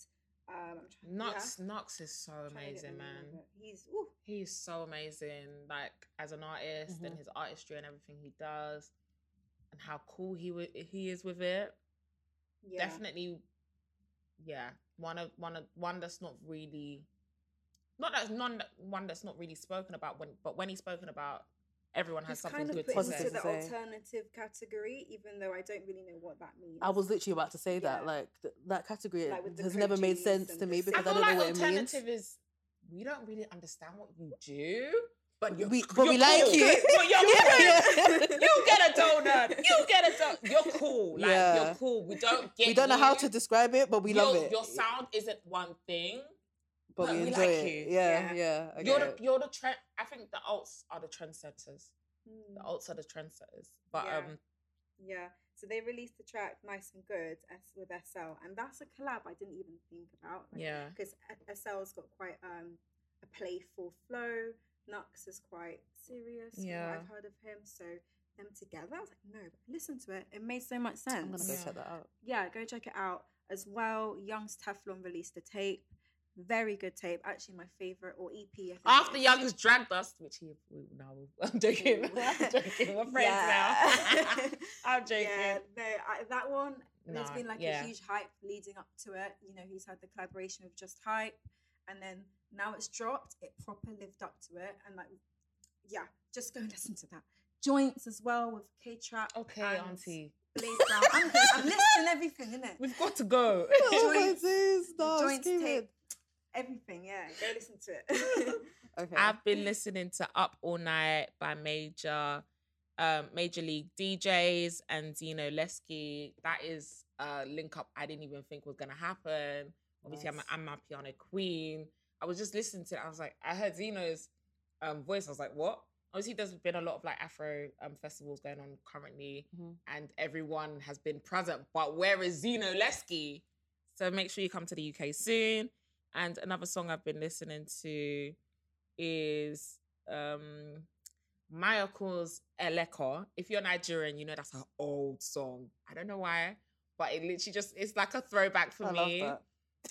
S3: um I'm trying-
S2: Knox
S3: yeah,
S2: Knox is so
S3: I'm trying to get the
S2: amazing,
S3: name
S2: man.
S3: of it. he's ooh,
S2: He's so amazing, like as an artist and
S1: Mhm.
S2: his artistry and everything he does, and how cool he w- he is with it.
S3: yeah
S2: Definitely, yeah. One of one of one that's not really, not that's none one that's not really spoken about. When but when he's spoken about, everyone has
S3: He's
S2: something
S3: kind of
S2: good
S3: put
S2: to
S1: positive
S2: say.
S3: into
S1: to
S3: the
S1: say.
S3: alternative category, even though I don't really know what that means.
S1: I was literally about to say that,
S3: Yeah.
S1: like th- that category
S3: Like, with the
S1: has never made
S3: Kojis
S1: sense
S3: and
S1: to
S3: the
S1: me because I don't
S3: Seth-
S2: feel
S1: know
S2: like
S1: what it means.
S2: alternative is we don't really understand what you do, but you
S1: We- but we like you.
S2: But you're good.
S1: *laughs* Yeah.
S2: you get a donut. You get a donut. You're cool. Like you're
S1: Yeah.
S2: cool. We don't get.
S1: *laughs* we don't know how
S2: you.
S1: to describe it, but we love
S2: your,
S1: it.
S2: Your sound isn't one thing.
S1: but
S2: but
S1: we
S2: we
S1: enjoy
S2: like
S1: it.
S2: you.
S1: Yeah,
S3: Yeah.
S1: yeah. I
S2: You're
S1: get
S2: the
S1: it.
S2: you're the trend. I think the alts are the trendsetters. The
S3: Mm,
S2: alts are the trendsetters. But
S3: Yeah.
S2: um,
S3: yeah. So they released the track "Nice and Good" S- with SL, and that's a collab I didn't even think about.
S2: yeah,
S3: Because SL's got quite um a playful flow. Nux is quite serious. from what
S2: Yeah.
S3: I've heard of him. So them together, I was like, no, but listen to it. It made so much sense.
S1: I'm gonna go
S2: Yeah.
S1: check that out.
S3: yeah, go check it out as well. Young's Teflon released a tape, very good tape. Actually, my favorite or EP. I think
S2: after
S3: it is.
S2: youngest dragged us, which he we, *laughs* no, I'm joking.
S3: Ooh.
S2: I'm joking. We're *laughs* friends
S3: *laughs*
S2: now. I'm joking.
S3: yeah, no, I, that one. there's
S2: Nah,
S3: been like
S2: yeah.
S3: a huge hype leading up to it. You know, he's had the collaboration with Just Hype, and then now it's dropped. It proper lived up to it, and like yeah, just go *laughs* and listen to that. Joints as well with K Trap.
S2: Okay,
S3: and
S2: auntie.
S3: Blaze Down. I'm, I'm listing everything, innit?
S2: We've got to go. *laughs*
S3: Oh my Joints-
S1: days,
S3: Joints tape. Everything, yeah. Go listen to
S1: *laughs*
S3: it. *laughs*
S1: Okay.
S2: I've been listening to Up All Night by major um major league DJs and Dino Lesky. That is a link up I didn't even think was gonna happen. Obviously,
S1: Nice.
S2: I'm, a, I'm a piano queen. I was just listening to it. I was like, I heard Dino's um, voice. I was like, what? Obviously, there's been a lot of like Afro um, festivals going on currently,
S1: Mhm.
S2: and everyone has been present. But where is Zeno Lesky? So make sure you come to the UK soon. And another song I've been listening to is um Michael's Eleko. If you're Nigerian, you know that's an old song. I don't know why, but it literally just it's like a throwback for
S1: I
S2: me.
S1: love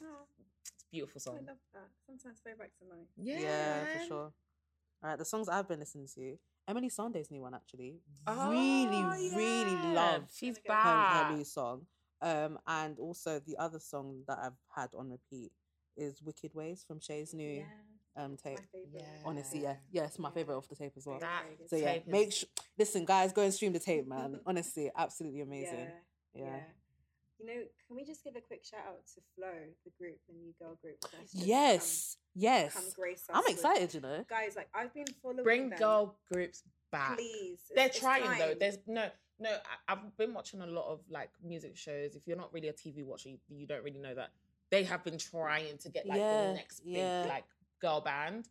S3: Oh,
S2: It's a beautiful
S3: I
S2: song.
S3: love that. Sometimes throwbacks are nice.
S1: that.
S2: Yeah,
S1: Yeah. for sure. All right, the songs I've been listening to. Emily Sunday's new one actually.
S2: Oh,
S1: really, really love
S2: She's
S3: Gonna
S1: her, her
S2: back.
S1: new song. Um, and also the other song that I've had on repeat is "Wicked Ways" from Shay's new um
S3: my
S1: tape.
S3: favorite.
S2: Yeah.
S1: Honestly, yeah, yeah, it's my
S3: Yeah.
S1: favorite of the tape as well.
S2: That
S1: so yeah,
S2: tape is-
S1: make sure listen, guys, go and stream the
S2: *laughs*
S1: tape, man. Honestly, absolutely amazing.
S3: Yeah,
S1: Yeah.
S3: You know, can we just give a quick shout out to Flow, the group, the new girl group? that's just
S1: Yes,
S3: come- come
S1: yes.
S3: grace us
S1: I'm
S3: with-
S1: excited, you know.
S3: guys. Like I've been following
S2: Bring
S3: them.
S2: girl groups back.
S3: please. It's-
S2: They're
S3: it's
S2: trying though.
S3: time.
S2: There's no no. I, I've been watching a lot of like music shows. If you're not really a TV watcher, you, you don't really know that they have been trying to get like
S1: Yeah,
S2: the next
S1: yeah.
S2: big like girl band.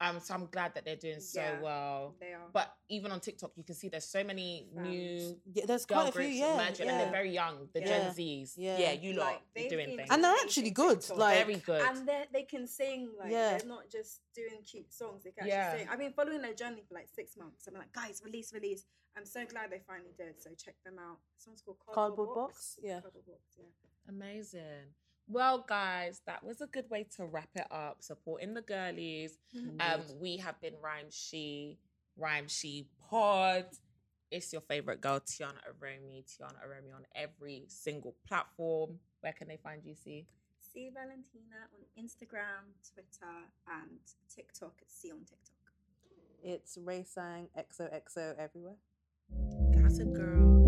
S2: Um, so I'm glad that they're doing so
S3: Yeah.
S2: well.
S3: they are.
S2: But even on TikTok, you can see there's so many
S3: Fans.
S2: new
S1: Yeah, there's
S2: girl
S1: quite a few,
S2: groups
S1: yeah.
S2: emerging, and
S1: yeah.
S2: they're very young, the
S1: Yeah.
S2: Gen Zs. Yeah,
S1: Yeah.
S2: you
S3: Like,
S2: lot are
S3: they've
S2: doing
S3: been
S2: things.
S1: And they're
S3: amazing
S1: actually good,
S3: TikTok.
S1: like-
S2: very good.
S3: and they they can sing like
S1: Yeah.
S3: they're not just doing cute songs. They can actually
S2: Yeah.
S3: sing. I've been following their journey for like six months. I'm like, guys, release, release. I'm so glad they finally did. So check them out. This one's called Cardboard,
S1: Cardboard
S3: Box.
S1: Box, yeah.
S3: Cardboard Box. Yeah.
S2: Amazing. Well, guys, that was a good way to wrap it up. Supporting the girlies.
S1: Mm-hmm.
S2: Um,
S1: Indeed.
S2: we have been Rhyme She, Rhyme She Pod. It's your favorite girl, Tiana Aromi. Tiana Aromi on every single platform. Where can they find you, C?
S3: See Valentina on Instagram, Twitter, and TikTok. It's See on TikTok.
S1: it's Ray Sang XOXO everywhere.
S2: Gossip Girl.